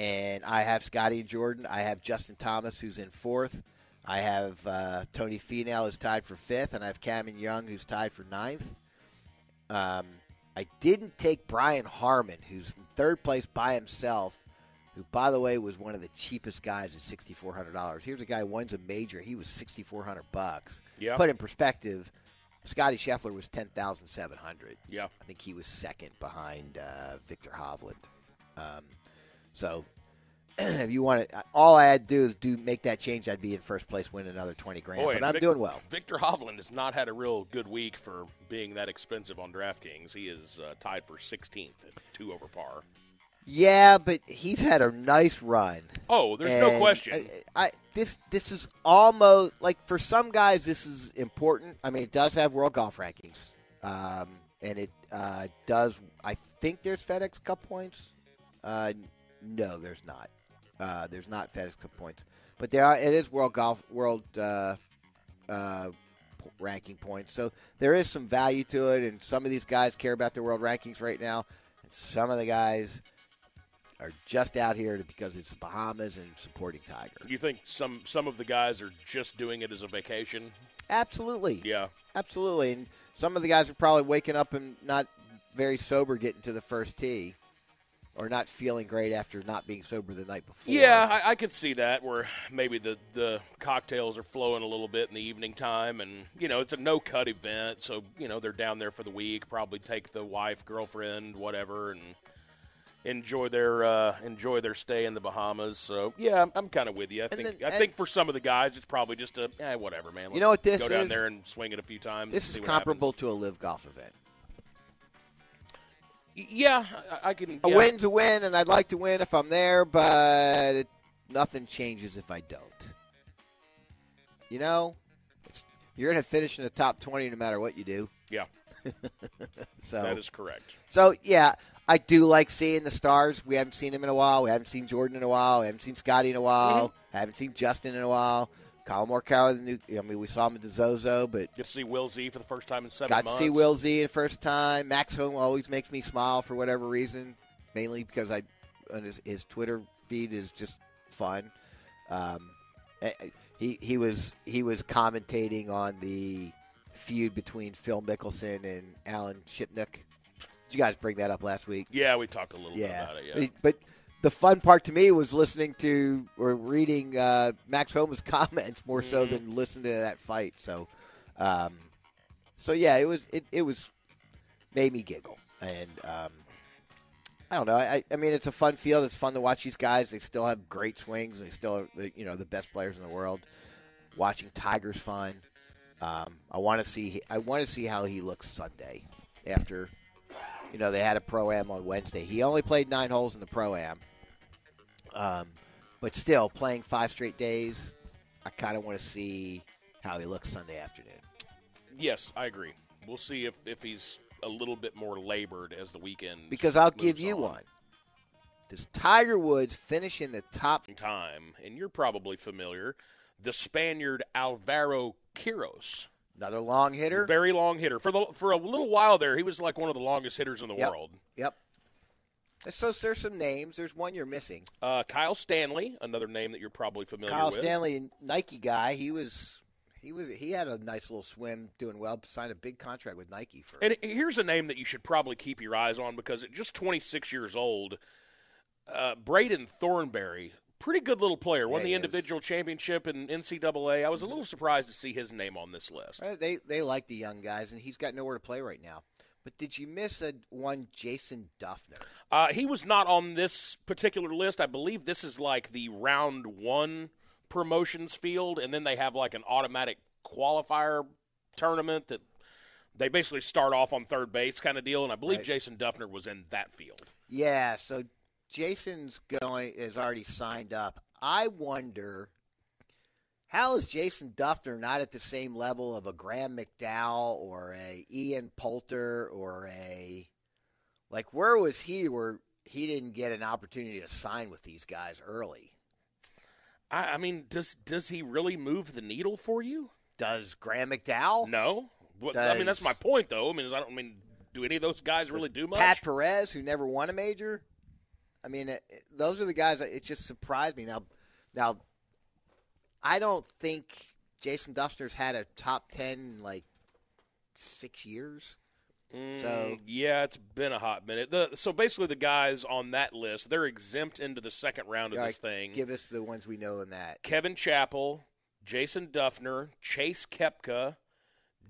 Speaker 4: And I have Scotty and Jordan. I have Justin Thomas, who's in fourth. I have uh, Tony Finau, who's tied for fifth, and I have Cameron Young, who's tied for ninth. Um, I didn't take Brian Harmon, who's in third place by himself, who, by the way, was one of the cheapest guys at sixty four hundred dollars. Here's a guy who wins a major; he was sixty four hundred bucks.
Speaker 3: Yeah.
Speaker 4: Put in perspective, Scotty Scheffler was ten thousand seven hundred.
Speaker 3: Yeah.
Speaker 4: I think he was second behind uh, Victor Hovland. Um, so, if you want to, all I had to do is do make that change. I'd be in first place, win another twenty grand.
Speaker 3: Boy,
Speaker 4: but
Speaker 3: and
Speaker 4: I'm
Speaker 3: Vic-
Speaker 4: doing well.
Speaker 3: Victor Hovland has not had a real good week for being that expensive on DraftKings. He is uh, tied for 16th at two over par.
Speaker 4: Yeah, but he's had a nice run.
Speaker 3: Oh, there's no
Speaker 4: And
Speaker 3: question.
Speaker 4: I, I this this is almost like for some guys this is important. I mean, it does have world golf rankings, um, and it uh, does. I think there's FedEx Cup points. Uh, n- no, there's not. Uh, there's not FedEx Cup points, but there are. It is world golf world uh, uh, p- ranking points, so there is some value to it. And some of these guys care about their world rankings right now, and some of the guys are just out here to- because it's the Bahamas and supporting Tiger.
Speaker 3: you think some some of the guys are just doing it as a vacation?
Speaker 4: Absolutely.
Speaker 3: Yeah.
Speaker 4: Absolutely. And some of the guys are probably waking up and not very sober getting to the first tee or not feeling great after not being sober the night before.
Speaker 3: Yeah, I, I could see that where maybe the, the cocktails are flowing a little bit in the evening time, and you know it's a no cut event, so you know they're down there for the week. Probably take the wife, girlfriend, whatever, and enjoy their uh, enjoy their stay in the Bahamas. So yeah, I'm, I'm kind of with you. I think
Speaker 4: then-
Speaker 3: I think for some of the guys, it's probably just a eh, whatever, man. Let's
Speaker 4: You know what this
Speaker 3: go down
Speaker 4: is?
Speaker 3: there and swing it a few times. and
Speaker 4: This
Speaker 3: see what
Speaker 4: is comparable to a live golf event.
Speaker 3: happens. Yeah, I, I can.
Speaker 4: A
Speaker 3: yeah.
Speaker 4: win's a win, and I'd like to win if I'm there, but it, nothing changes if I don't. You know, it's, you're going to finish in the top 20 no matter what you do.
Speaker 3: Yeah,
Speaker 4: So
Speaker 3: that is correct.
Speaker 4: So yeah, I do like seeing the stars. We haven't seen him in a while. We haven't seen Jordan in a while. We haven't seen Scotty in a while.
Speaker 3: Mm-hmm.
Speaker 4: Haven't seen Justin in a while. Colin Morikawa, the new. I mean, we saw him at the Zozo, but
Speaker 3: Get to see Will Z for the first time in seven
Speaker 4: got to
Speaker 3: months.
Speaker 4: see Will Z the first time. Max Home always makes me smile for whatever reason, mainly because I, on his, his Twitter feed is just fun. Um, eh, eh, he he was he was commentating on the feud between Phil Mickelson and Alan Shipnick. Did you guys bring that up last week?
Speaker 3: Yeah, we talked a little
Speaker 4: yeah.
Speaker 3: bit about it. Yeah.
Speaker 4: But- But the fun part to me was listening to or reading uh, Max Homa's comments more so
Speaker 3: Mm-hmm.
Speaker 4: than listening to that fight. So, um, so yeah, it was it, it was made me giggle, and um, I don't know. I, I mean, it's a fun field. It's fun to watch these guys. They still have great swings. They still are the, you know the best players in the world. Watching Tiger's fun. Um, I want to see I want to see how he looks Sunday after you know, they had a pro am on Wednesday. He only played nine holes in the pro am, um, but still playing five straight days. I kind of want to see how he looks Sunday afternoon.
Speaker 3: Yes, I agree. We'll see if, if he's a little bit more labored as the weekend.
Speaker 4: Because I'll
Speaker 3: moves
Speaker 4: give you
Speaker 3: on.
Speaker 4: one. Does Tiger Woods finish in the top?
Speaker 3: time, and you're probably familiar, the Spaniard Alvaro Quiros.
Speaker 4: Another long hitter.
Speaker 3: Very long hitter. For the for a little while there, he was like one of the longest hitters in the
Speaker 4: Yep.
Speaker 3: world.
Speaker 4: Yep. So there's some names. There's one you're missing.
Speaker 3: Uh, Kyle Stanley, another name that you're probably familiar
Speaker 4: Kyle
Speaker 3: with.
Speaker 4: Stanley, Nike guy. He was, he was, he had a nice little swim, doing well. Signed a big contract with Nike for.
Speaker 3: And here's a name that you should probably keep your eyes on because at just 26 years old, uh, Braden Thornberry, pretty good little player, won
Speaker 4: Yeah,
Speaker 3: the
Speaker 4: he is.
Speaker 3: individual championship in NCAA. I was a little surprised to see his name on this list.
Speaker 4: Uh, They they like the young guys, and he's got nowhere to play right now. But did you miss a one, Jason Duffner?
Speaker 3: Uh, he was not on this particular list. I believe this is like the round one promotions field, and then they have like an automatic qualifier tournament that they basically start off on third base kind of deal. And I believe
Speaker 4: Right.
Speaker 3: Jason Duffner was in that field.
Speaker 4: Yeah. So Jason's going is already signed up. I wonder how is Jason Duffner not at the same level of a Graham McDowell or a Ian Poulter or a like where was he where he didn't get an opportunity to sign with these guys early?
Speaker 3: I, I mean, does does he really move the needle for you?
Speaker 4: Does Graham McDowell?
Speaker 3: No. But, I mean, that's
Speaker 4: Oh. Does-
Speaker 3: my point, though. I mean, is I don't I mean, do any of those guys really do much?
Speaker 4: Pat Perez, who never won a major. I mean, it, it- those are the guys. that- It just surprised me. Now, now, I don't think Jason Duffner's had a top ten in like six years.
Speaker 3: Mm,
Speaker 4: So-
Speaker 3: yeah, it's been a hot minute. The, so basically, the guys on that list they're exempt into the second round of
Speaker 4: All right,
Speaker 3: this thing.
Speaker 4: Give us the ones we know in that.
Speaker 3: Kevin Chappell, Jason Duffner, Chase Kepka,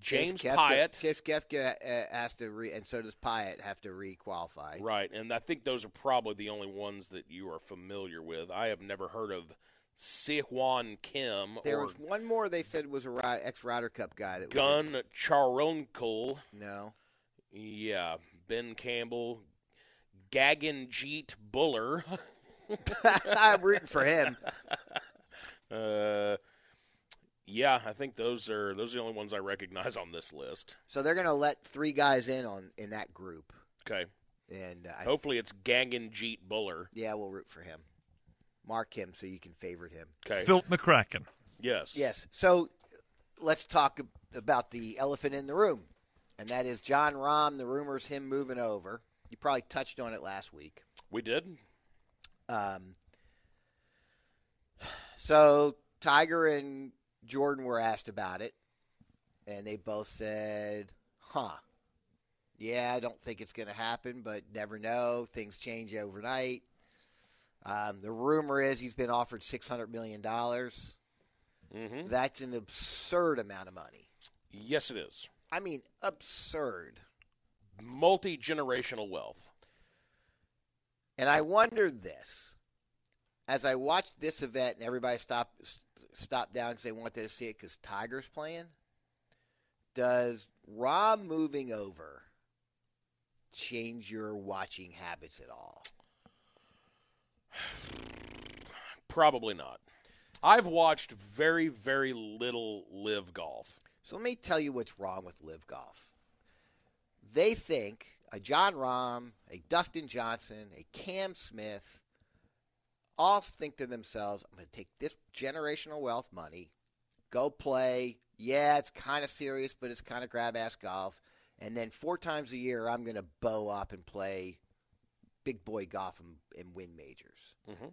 Speaker 3: James
Speaker 4: Chase Kepka-
Speaker 3: Pyatt.
Speaker 4: Chase Kepka uh, has to re, and so does Pyatt have to re-qualify.
Speaker 3: Right, and I think those are probably the only ones that you are familiar with. I have never heard of Sihwan Kim
Speaker 4: There
Speaker 3: or
Speaker 4: was one more they said was a ri- ex Ryder Cup guy that was
Speaker 3: Gun Charonkul.
Speaker 4: in- no,
Speaker 3: Yeah, Ben Campbell, Gaganjeet Buller.
Speaker 4: I'm rooting for him.
Speaker 3: Uh, yeah, I think those are those are the only ones I recognize on this list.
Speaker 4: So they're gonna let three guys in on in that group,
Speaker 3: Okay,
Speaker 4: and uh, I
Speaker 3: hopefully it's Gaganjeet Buller.
Speaker 4: Yeah, we'll root for him. Mark him so you can favorite him.
Speaker 3: Okay,
Speaker 8: Philip McCracken.
Speaker 3: yes,
Speaker 4: Yes. So let's talk ab- about the elephant in the room, and that is John Rahm. The rumors him moving over. You probably touched on it last week.
Speaker 3: we did.
Speaker 4: Um, so Tiger and Jordan were asked about it, and they both said, "Huh." Yeah, I don't think it's going to happen, but never know. Things change overnight. Um, the rumor is he's been offered six hundred million dollars.
Speaker 3: Mm-hmm.
Speaker 4: That's an absurd amount of money.
Speaker 3: Yes, it is.
Speaker 4: I mean, absurd.
Speaker 3: Multi generational wealth.
Speaker 4: And I wonder this. As I watched this event and everybody stopped s- stopped down because they wanted to see it because Tiger's playing, does Rob moving over change your watching habits at all?
Speaker 3: Probably not. I've watched very, very little live golf.
Speaker 4: So let me tell you what's wrong with Live Golf. They think a John Rahm, a Dustin Johnson, a Cam Smith all think to themselves, I'm going to take this generational wealth money, go play. Yeah, it's kind of serious, but it's kind of grab ass golf. And then four times a year, I'm going to bow up and play big boy golf and, and win majors.
Speaker 3: Mhm.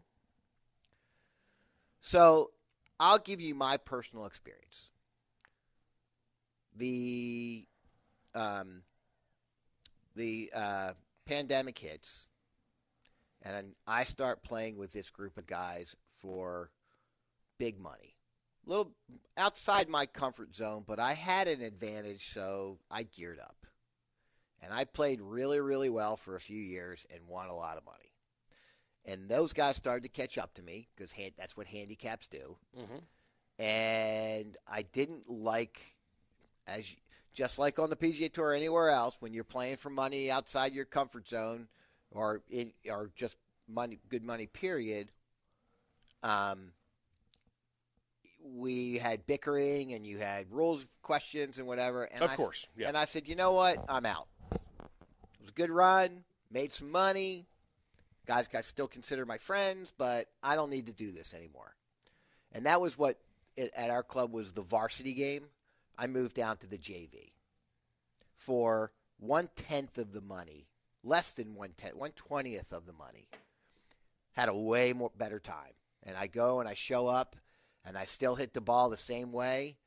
Speaker 4: So I'll give you my personal experience the um, the uh, pandemic hits, and I start playing with this group of guys for big money, little outside my comfort zone, but I had an advantage, so I geared up, and I played really, really well for a few years and won a lot of money. And those guys started to catch up to me because that's what handicaps do
Speaker 3: Mm-hmm.
Speaker 4: and I didn't like as you- just like on the PGA Tour or anywhere else when you're playing for money outside your comfort zone or in, or just money good money period um we had bickering and you had rules questions and whatever and
Speaker 3: Of
Speaker 4: I s-
Speaker 3: course, yeah.
Speaker 4: and I said you know what I'm out it was a good run made some money Guys, guys still consider my friends, but I don't need to do this anymore. And that was what it, at our club was the varsity game. I moved down to the JV for one tenth of the money, less than one tenth, one twentieth of the money. Had a way more better time, and I go and I show up, and I still hit the ball the same way,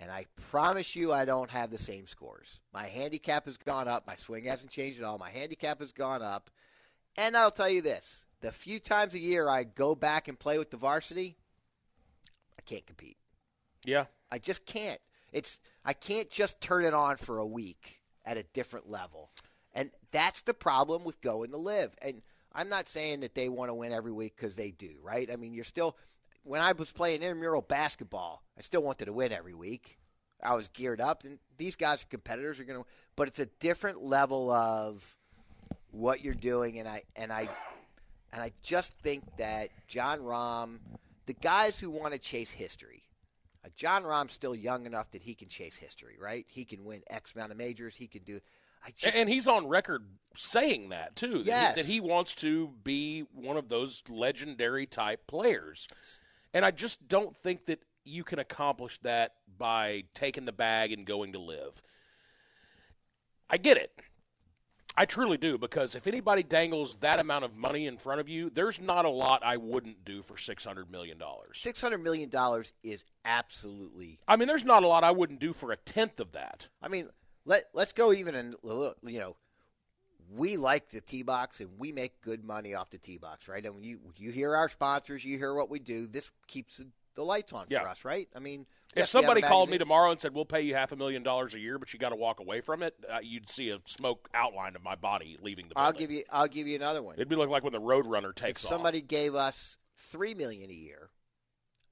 Speaker 4: and I promise you I don't have the same scores. My handicap has gone up. My swing hasn't changed at all. My handicap has gone up, and I'll tell you this: the few times a year I go back and play with the varsity, I can't compete.
Speaker 3: Yeah.
Speaker 4: I just can't. It's I can't just turn it on for a week at a different level. And that's the problem with going to live. And I'm not saying that they want to win every week because they do, right? I mean, you're still when I was playing intramural basketball, I still wanted to win every week. I was geared up, and these guys are competitors. Are going to, but it's a different level of what you're doing, and I and I and I just think that John Rahm, the guys who want to chase history, uh, John Rahm's still young enough that he can chase history, right? He can win X amount of majors. He can do. I just
Speaker 3: and he's on record saying that too. that he-
Speaker 4: Yes.
Speaker 3: that he wants to be one of those legendary type players. And I just don't think that you can accomplish that by taking the bag and going to live. I get it. I truly do because if anybody dangles that amount of money in front of you, there's not a lot I wouldn't do for six hundred million dollars.
Speaker 4: six hundred million dollars is absolutely.
Speaker 3: I mean, there's not a lot I wouldn't do for a tenth of that.
Speaker 4: I mean, let let's go even and look. You know, we like the tee box and we make good money off the tee box, right? And when you you hear our sponsors, you hear what we do. This keeps the- the lights on
Speaker 3: Yeah.
Speaker 4: for us, right? I mean,
Speaker 3: If
Speaker 4: yes, we have a
Speaker 3: somebody called me
Speaker 4: magazine.
Speaker 3: tomorrow and said, "We'll pay you half a million dollars a year, but you got to walk away from it," uh, you'd see a smoke outline of my body leaving the.
Speaker 4: I'll
Speaker 3: building.
Speaker 4: give you I'll give you another one.
Speaker 3: It'd be like, like when the Roadrunner
Speaker 4: if
Speaker 3: takes off.
Speaker 4: somebody gave us three million a year,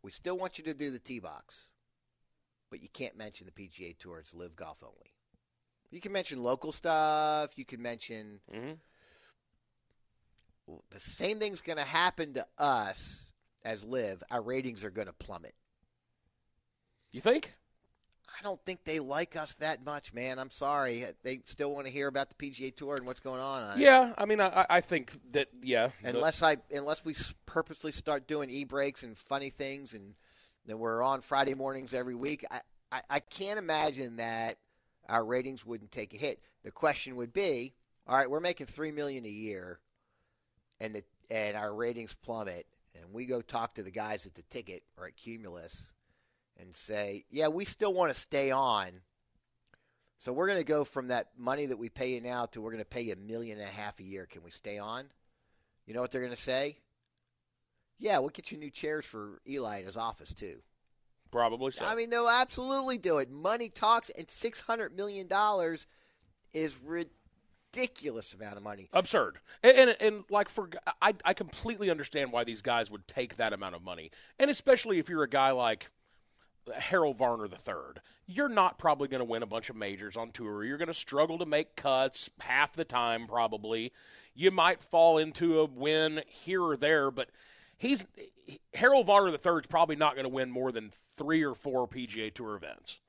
Speaker 4: we still want you to do the tee box, but you can't mention the PGA Tour. It's live golf only. You can mention local stuff. You can mention
Speaker 3: Mhm.
Speaker 4: the same thing's going to happen to us as live. Our ratings are going to plummet.
Speaker 3: You think?
Speaker 4: I don't think they like us that much, man. I'm sorry. They still want to hear about the PGA Tour and what's going on. on it.
Speaker 3: Yeah, I mean, I, I- I think that yeah. the-
Speaker 4: Uh, unless I unless we s- purposely start doing e breaks and funny things, and then we're on Friday mornings every week. I, I, I can't imagine that our ratings wouldn't take a hit. The question would be, all right, we're making three million a year, and the and our ratings plummet, and we go talk to the guys at the ticket or at Cumulus, and say, yeah, we still want to stay on. So we're going to go from that money that we pay you now to we're going to pay you a million and a half a year. Can we stay on? You know what they're going to say? Yeah, we'll get you new chairs for Eli in his office too.
Speaker 3: probably so.
Speaker 4: I mean, they'll absolutely do it. Money talks, and six hundred million dollars is ridiculous amount of money.
Speaker 3: absurd. And, and and like for I I completely understand why these guys would take that amount of money, and especially if you're a guy like Harold Varner III. You're not probably going to win a bunch of majors on tour. You're going to struggle to make cuts half the time, probably. You might fall into a win here or there, but he's Harold Varner III is probably not going to win more than three or four PGA Tour events,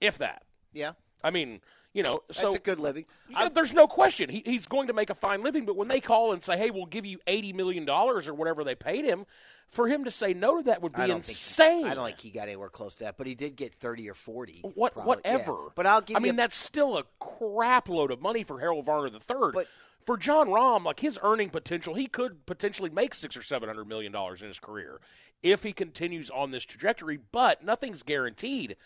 Speaker 3: if that.
Speaker 4: Yeah,
Speaker 3: I mean, you know,
Speaker 4: that's
Speaker 3: so
Speaker 4: a good living.
Speaker 3: yeah, there's no question. He, he's going to make a fine living, but when they call and say, "Hey, we'll give you eighty million dollars or whatever they paid him," for him to say no to that would be
Speaker 4: I don't
Speaker 3: insane.
Speaker 4: Think, I don't think he got anywhere close to that, but he did get thirty or forty.
Speaker 3: what
Speaker 4: probably.
Speaker 3: whatever.
Speaker 4: Yeah. But I'll give
Speaker 3: I
Speaker 4: you.
Speaker 3: mean,
Speaker 4: a-
Speaker 3: that's still a crap load of money for Harold Varner III.
Speaker 4: But-
Speaker 3: for John Rahm, like his earning potential, he could potentially make six or seven hundred million dollars in his career if he continues on this trajectory. But nothing's guaranteed.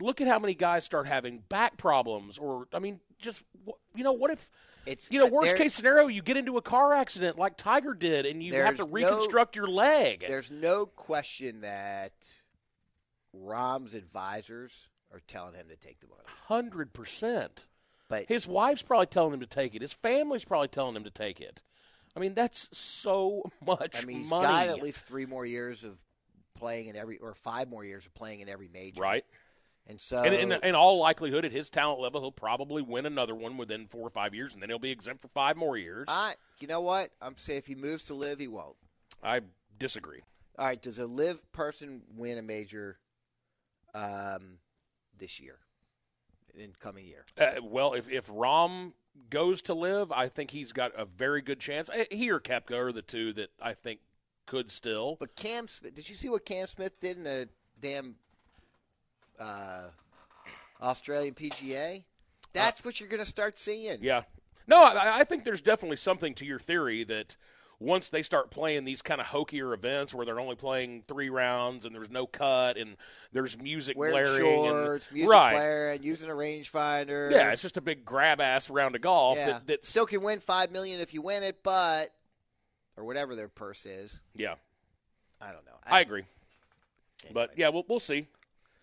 Speaker 3: Look at how many guys start having back problems, or I mean, just wh- you know, what if
Speaker 4: it's
Speaker 3: you know, worst
Speaker 4: there-
Speaker 3: case scenario, you get into a car accident like Tiger did, and you have
Speaker 4: There's
Speaker 3: to
Speaker 4: no-
Speaker 3: reconstruct your leg.
Speaker 4: There's no question that Rom's advisors are telling him to take the money,
Speaker 3: Hundred percent.
Speaker 4: but
Speaker 3: His wife's probably telling him to take it. His family's probably telling him to take it. I mean, that's so much
Speaker 4: I mean, he's
Speaker 3: money,
Speaker 4: got at least three more years of playing in every, or five more years of playing in every major,
Speaker 3: right?
Speaker 4: And so,
Speaker 3: and in, in all likelihood, at his talent level, he'll probably win another one within four or five years, and then he'll be exempt for five more years.
Speaker 4: I, you know what? I'm saying if he moves to live, he won't.
Speaker 3: I disagree.
Speaker 4: All right, does a live person win a major um, this year, in coming year?
Speaker 3: Uh, well, if if Rom goes to live, I think he's got a very good chance. Eh, He or Kepka are the two that I think could still.
Speaker 4: But Cam Smith, did you see what Cam Smith did in the damn uh, Australian PGA? That's what you're going to start seeing.
Speaker 3: Uh, Yeah. No, I, I think there's definitely something to your theory that once they start playing these kind of hokier events where they're only playing three rounds and there's no cut and there's music
Speaker 4: Wearing
Speaker 3: blaring
Speaker 4: shorts,
Speaker 3: and
Speaker 4: music
Speaker 3: right,
Speaker 4: blaring, using a rangefinder.
Speaker 3: yeah, it's just a big grab ass round of golf
Speaker 4: yeah.
Speaker 3: that, that's
Speaker 4: Still can win five million if you win it, but or whatever their purse is.
Speaker 3: yeah.
Speaker 4: I don't know.
Speaker 3: I agree,
Speaker 4: Anyway.
Speaker 3: but yeah, we'll we'll see.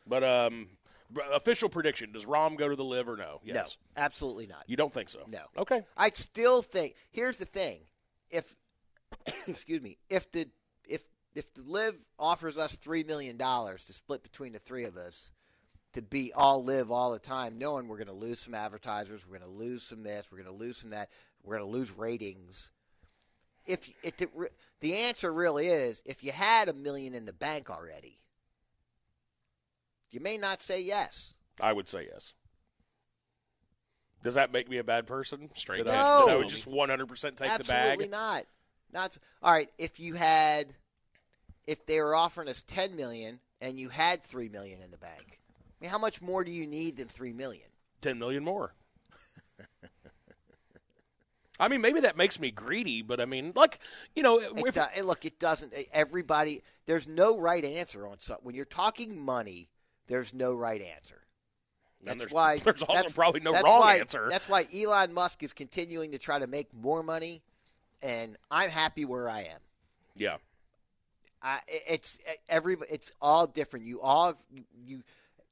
Speaker 3: But um, b- official prediction: Does Rom go to the live or no?
Speaker 4: no,
Speaker 3: Yes,
Speaker 4: absolutely not.
Speaker 3: you don't think so.
Speaker 4: No.
Speaker 3: Okay.
Speaker 4: I still think here's the thing. If excuse me, if the if if the live offers us three million dollars to split between the three of us to be all live all the time, knowing we're gonna lose some advertisers, we're gonna lose some this, we're gonna lose some that, we're gonna lose ratings. If it, the, re- the answer really is if you had a million in the bank already, you may not say yes.
Speaker 3: I would say yes. Does that make me a bad person? Straight
Speaker 4: No.
Speaker 3: up, that I would just one hundred percent take the
Speaker 4: Absolutely
Speaker 3: bag.
Speaker 4: not. Not s- all right. If you had, if they were offering us ten million and you had three million in the bank, I mean, how much more do you need than three million?
Speaker 3: Ten million more. I mean, maybe that makes me greedy, but I mean, like you know,
Speaker 4: It
Speaker 3: if,
Speaker 4: do- it- look, it doesn't. e, Everybody, there's no right answer on something. When you're talking money, there's no right answer.
Speaker 3: and
Speaker 4: That's
Speaker 3: there's,
Speaker 4: why
Speaker 3: there's also
Speaker 4: that's-
Speaker 3: probably no
Speaker 4: that's
Speaker 3: wrong
Speaker 4: why-
Speaker 3: answer.
Speaker 4: That's why Elon Musk is continuing to try to make more money, and I'm happy where I am.
Speaker 3: yeah,
Speaker 4: I, it's e, every it's all different. You all you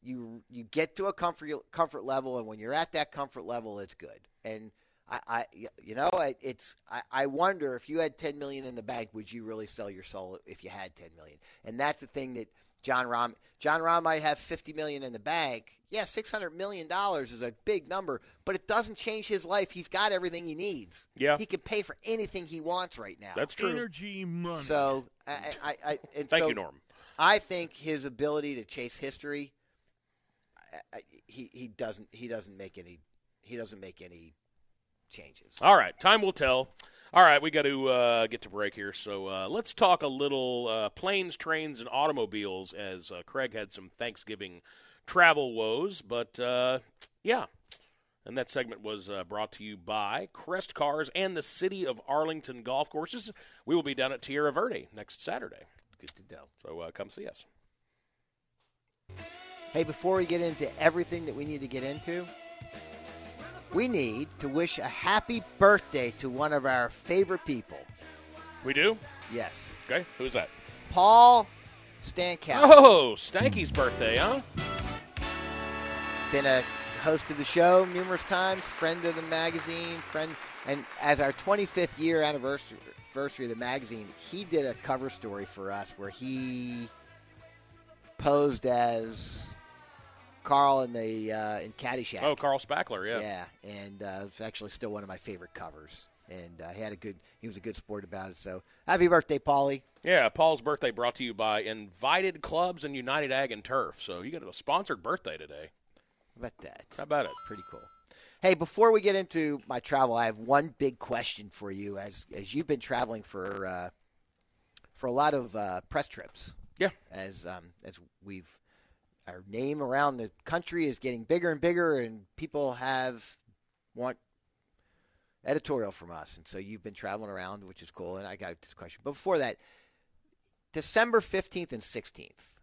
Speaker 4: you you get to a comfort comfort level, and when you're at that comfort level, it's good. And I, I you know, I, it's I, I wonder if you had 10 million in the bank, would you really sell your soul if you had 10 million? And that's the thing that John Rahm John Rahm might have 50 million in the bank. Yeah, 600 million dollars is a big number, but it doesn't change his life. He's got everything he needs.
Speaker 3: Yeah.
Speaker 4: he can pay for anything he wants right now.
Speaker 3: that's true.
Speaker 4: So I, I, I and
Speaker 3: Thank
Speaker 4: so
Speaker 3: you, Norm.
Speaker 4: I think his ability to chase history, I, I, he he doesn't he doesn't make any he doesn't make any changes.
Speaker 3: All right, time will tell. All right, we got to uh, get to break here, so uh, let's talk a little uh, planes, trains, and automobiles. As uh, Craig had some Thanksgiving travel woes, but uh, yeah, and that segment was uh, brought to you by Crest Cars and the City of Arlington Golf Courses. We will be down at Tierra Verde next Saturday,
Speaker 4: Good to know.
Speaker 3: so uh, come see us.
Speaker 4: Hey, before we get into everything that we need to get into, we need to wish a happy birthday to one of our favorite people.
Speaker 3: We do.
Speaker 4: Yes,
Speaker 3: Okay, who's that?
Speaker 4: Paul Stankow.
Speaker 3: Oh, Stanky's birthday, huh?
Speaker 4: been a host of the show numerous times, friend of the magazine, friend, and as our 25th year anniversary anniversary of the magazine, he did a cover story for us where he posed as Carl in the uh, in Caddyshack.
Speaker 3: Oh, Carl Spackler. Yeah.
Speaker 4: and uh, it's actually still one of my favorite covers. And uh, he had a good, he was a good sport about it. So happy birthday, Paulie!
Speaker 3: Yeah, Paul's birthday brought to you by Invited Clubs and United Ag and Turf. So you got a sponsored birthday today.
Speaker 4: How about that?
Speaker 3: How about it?
Speaker 4: pretty cool. Hey, before we get into my travel, I have one big question for you. As as you've been traveling for uh, for a lot of uh, press trips,
Speaker 3: Yeah.
Speaker 4: as um, as we've our name around the country is getting bigger and bigger, and people have want editorial from us, and so you've been traveling around, which is cool. And I got this question, but before that, December fifteenth and sixteenth,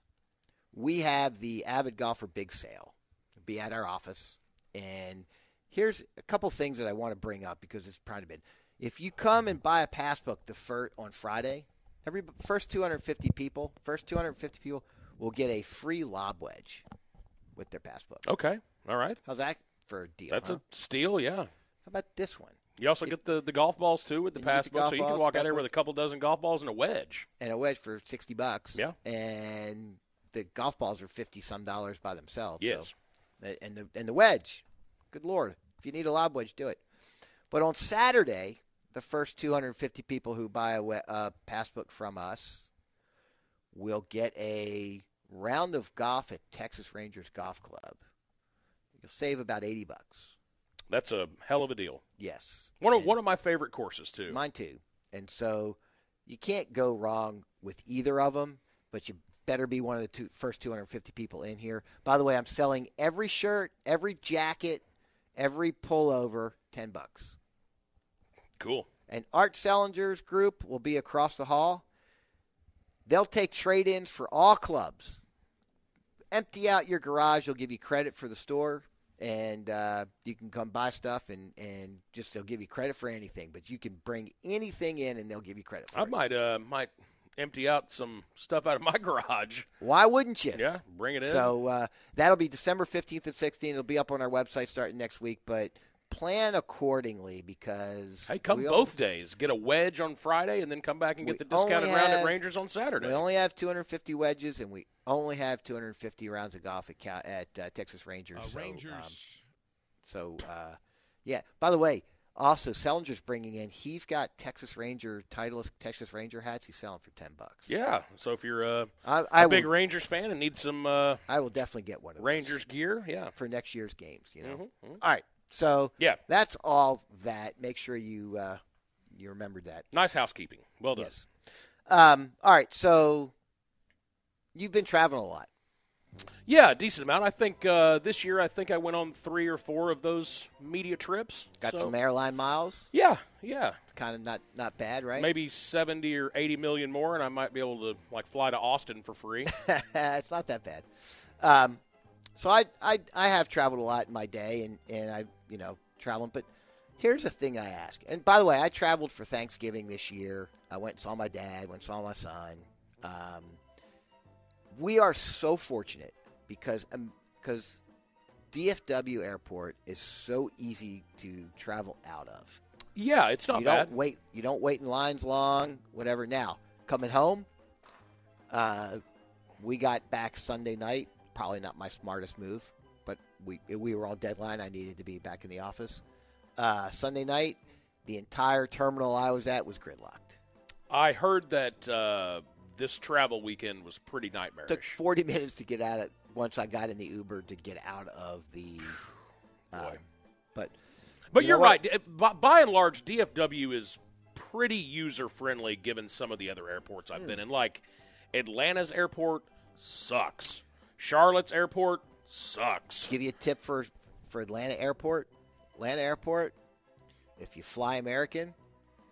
Speaker 4: we have the Avid Golfer Big Sale. It'll be at our office, and here's a couple things that I want to bring up because it's probably been. If you come and buy a passbook the fir- on Friday, every first 250 people, first 250 people will get a free lob wedge with their passbook.
Speaker 3: Okay. All right.
Speaker 4: How's that for a deal?
Speaker 3: That's
Speaker 4: huh?
Speaker 3: a steal. Yeah.
Speaker 4: How about this one?
Speaker 3: You also get the, the golf balls too with the
Speaker 4: And you get the
Speaker 3: passbook,
Speaker 4: golf
Speaker 3: so you can
Speaker 4: balls,
Speaker 3: walk out there
Speaker 4: passbook.
Speaker 3: with a couple dozen golf balls and a wedge.
Speaker 4: and a wedge for sixty bucks.
Speaker 3: Yeah.
Speaker 4: and the golf balls are fifty some dollars by themselves.
Speaker 3: Yes.
Speaker 4: so, and the and the wedge, good lord, if you need a lob wedge, do it. But on Saturday, the first two hundred and fifty people who buy a we- uh, passbook from us will get a round of golf at Texas Rangers Golf Club. You'll save about eighty bucks.
Speaker 3: That's a hell of a deal.
Speaker 4: Yes.
Speaker 3: One of
Speaker 4: And
Speaker 3: one of my favorite courses too.
Speaker 4: Mine too. And so you can't go wrong with either of them, but you better be one of the two, first 250 people in here. By the way, I'm selling every shirt, every jacket, every pullover, 10 bucks.
Speaker 3: cool.
Speaker 4: And Art Sellinger's group will be across the hall. They'll take trade ins for all clubs. Empty out your garage. They'll give you credit for the store, and uh, you can come buy stuff, and, and just they'll give you credit for anything. But you can bring anything in, and they'll give you credit for
Speaker 3: I
Speaker 4: it.
Speaker 3: might uh might empty out some stuff out of my garage.
Speaker 4: Why wouldn't you?
Speaker 3: Yeah, bring it in.
Speaker 4: So uh, that'll be December 15th and 16th. It'll be up on our website starting next week, but plan accordingly because.
Speaker 3: Hey, come
Speaker 4: we only-
Speaker 3: both days. Get a wedge on Friday, and then come back and
Speaker 4: We
Speaker 3: get the
Speaker 4: only
Speaker 3: discounted round
Speaker 4: have-
Speaker 3: at Rangers on Saturday.
Speaker 4: We only have 250 wedges, and we only have 250 rounds of golf at, Cal- at uh, Texas Rangers. so, um, so, uh, yeah. By the way, also Sellinger's bringing in. He's got Texas Ranger Titleist Texas Ranger hats. He's selling for 10 bucks.
Speaker 3: yeah. So if you're uh,
Speaker 4: I,
Speaker 3: a
Speaker 4: I
Speaker 3: big
Speaker 4: will,
Speaker 3: Rangers fan and need some uh,
Speaker 4: I will definitely get one of those
Speaker 3: Rangers gear, yeah.
Speaker 4: for next year's games. You know.
Speaker 3: Mhm, mhm.
Speaker 4: All right. So
Speaker 3: Yeah.
Speaker 4: that's all that. Make sure you uh, you remember that.
Speaker 3: Nice housekeeping. Well done.
Speaker 4: Yes. Um, all right. So you've been traveling a lot.
Speaker 3: Yeah, a decent amount. I think uh, this year, I think I went on three or four of those media trips.
Speaker 4: Got
Speaker 3: So-
Speaker 4: some airline miles.
Speaker 3: Yeah, yeah.
Speaker 4: Kind of not not bad, right?
Speaker 3: Maybe seventy or eighty million more, and I might be able to like fly to Austin for free.
Speaker 4: it's not that bad. Um, so I, I I have traveled a lot in my day, and and I you know traveling. But here's the thing I ask. And by the way, I traveled for Thanksgiving this year. I went and saw my dad. Went and saw my son. Um, we are so fortunate because um, because DFW Airport is so easy to travel out of.
Speaker 3: yeah, it's not
Speaker 4: you
Speaker 3: bad.
Speaker 4: don't wait. You don't wait in lines long. Whatever. Now coming home, uh, we got back Sunday night. Probably not my smartest move, but we we were on deadline. I needed to be back in the office. Uh, Sunday night, the entire terminal I was at was gridlocked.
Speaker 3: I heard that uh, this travel weekend was pretty nightmarish.
Speaker 4: Took forty minutes to get out of. Once I got in the Uber to get out of the. Uh, but
Speaker 3: but
Speaker 4: you
Speaker 3: you're
Speaker 4: know what?
Speaker 3: right. By, by and large, DFW is pretty user friendly given some of the other airports
Speaker 4: Hmm.
Speaker 3: I've been in. Like Atlanta's airport sucks. Charlotte's airport sucks.
Speaker 4: give you a tip for for Atlanta Airport. Atlanta Airport, if you fly American,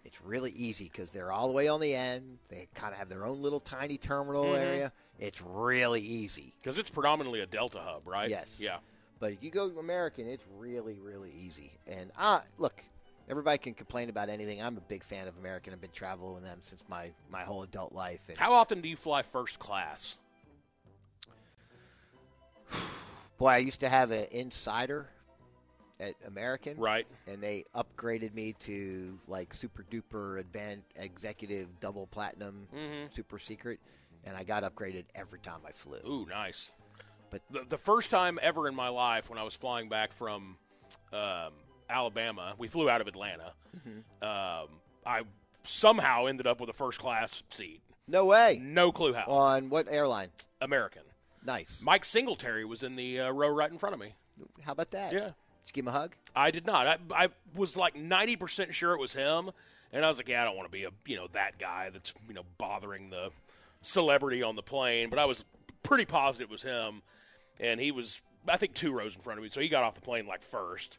Speaker 4: it's really easy because they're all the way on the end. They kind of have their own little tiny terminal area. It's really easy.
Speaker 3: Because it's predominantly a Delta hub, right?
Speaker 4: Yes.
Speaker 3: Yeah.
Speaker 4: But if you go to American, it's really, really easy. And I look, everybody can complain about anything. I'm a big fan of American. I've been traveling with them since my my whole adult life. And
Speaker 3: How often do you fly first class?
Speaker 4: boy, I used to have an insider at American.
Speaker 3: Right.
Speaker 4: and they upgraded me to like super duper advanced executive double platinum
Speaker 3: Mm-hmm.
Speaker 4: super secret and i got upgraded every time i flew
Speaker 3: Ooh, nice.
Speaker 4: But-
Speaker 3: the, the first time ever in my life when I was flying back from um, Alabama, we flew out of Atlanta.
Speaker 4: Mm-hmm.
Speaker 3: Um, I somehow ended up with a first class seat.
Speaker 4: no way
Speaker 3: No clue how.
Speaker 4: on what airline
Speaker 3: American.
Speaker 4: nice
Speaker 3: Mike Singletary was in the uh, row right in front of me.
Speaker 4: how about that
Speaker 3: Yeah.
Speaker 4: Did you give him a hug
Speaker 3: I did not. I, I was like 90% sure it was him. And I was like, yeah, I don't want to be a, you know, that guy that's, you know, bothering the celebrity on the plane. But I was pretty positive it was him. And he was, I think, two rows in front of me. So he got off the plane like first.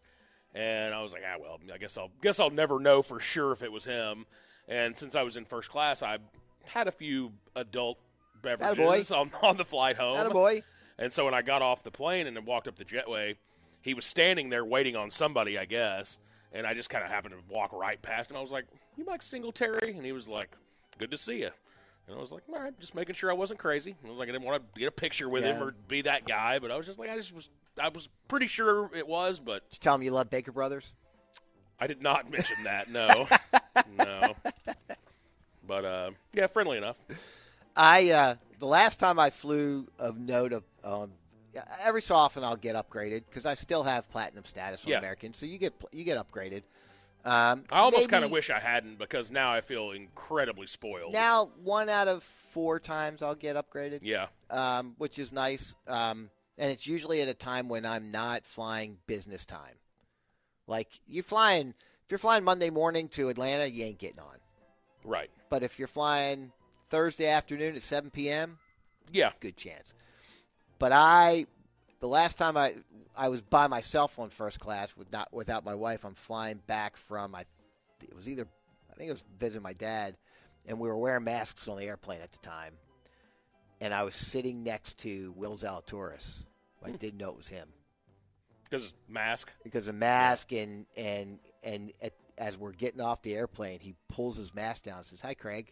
Speaker 3: And I was like, ah, well, I guess I'll, guess I'll never know for sure if it was him. And since I was in first class, I had a few adult beverages on, on the flight home.
Speaker 4: Attaboy. boy
Speaker 3: And so when I got off the plane and then walked up the jetway, he was standing there waiting on somebody, I guess. And I just kind of happened to walk right past him. I was like, "You Mike Singletary?" And he was like, "Good to see you." And I was like, "All right, just making sure I wasn't crazy." And I was like, "I didn't want to get a picture with him
Speaker 4: Yeah.
Speaker 3: or be that guy," but I was just like, "I just was, I was pretty sure it was, but
Speaker 4: you tell him you love baker brothers
Speaker 3: I did not mention that. No, no." But uh, yeah, friendly enough.
Speaker 4: I uh, the last time I flew of note of um, every so often I'll get upgraded because I still have platinum status on
Speaker 3: Yeah.
Speaker 4: American, so you get you get upgraded. Um,
Speaker 3: I almost
Speaker 4: maybe
Speaker 3: kind of wish I hadn't because now I feel incredibly spoiled.
Speaker 4: now one out of four times I'll get upgraded,
Speaker 3: yeah,
Speaker 4: um, which is nice. Um, and it's usually at a time when I'm not flying business time. Like you're flying, if you're flying Monday morning to Atlanta, you ain't getting on.
Speaker 3: Right.
Speaker 4: But if you're flying Thursday afternoon at 7 p.m.,
Speaker 3: Yeah.
Speaker 4: good chance. But I, the last time I I was by myself on first class with not without my wife, I'm flying back from I, it was either I think it was visiting my dad, and we were wearing masks on the airplane at the time, and I was sitting next to Will Zalatoris. I didn't know it was him
Speaker 3: Because mask.
Speaker 4: because the mask and and and at, as we're getting off the airplane, he pulls his mask down and says, "Hi, Craig,"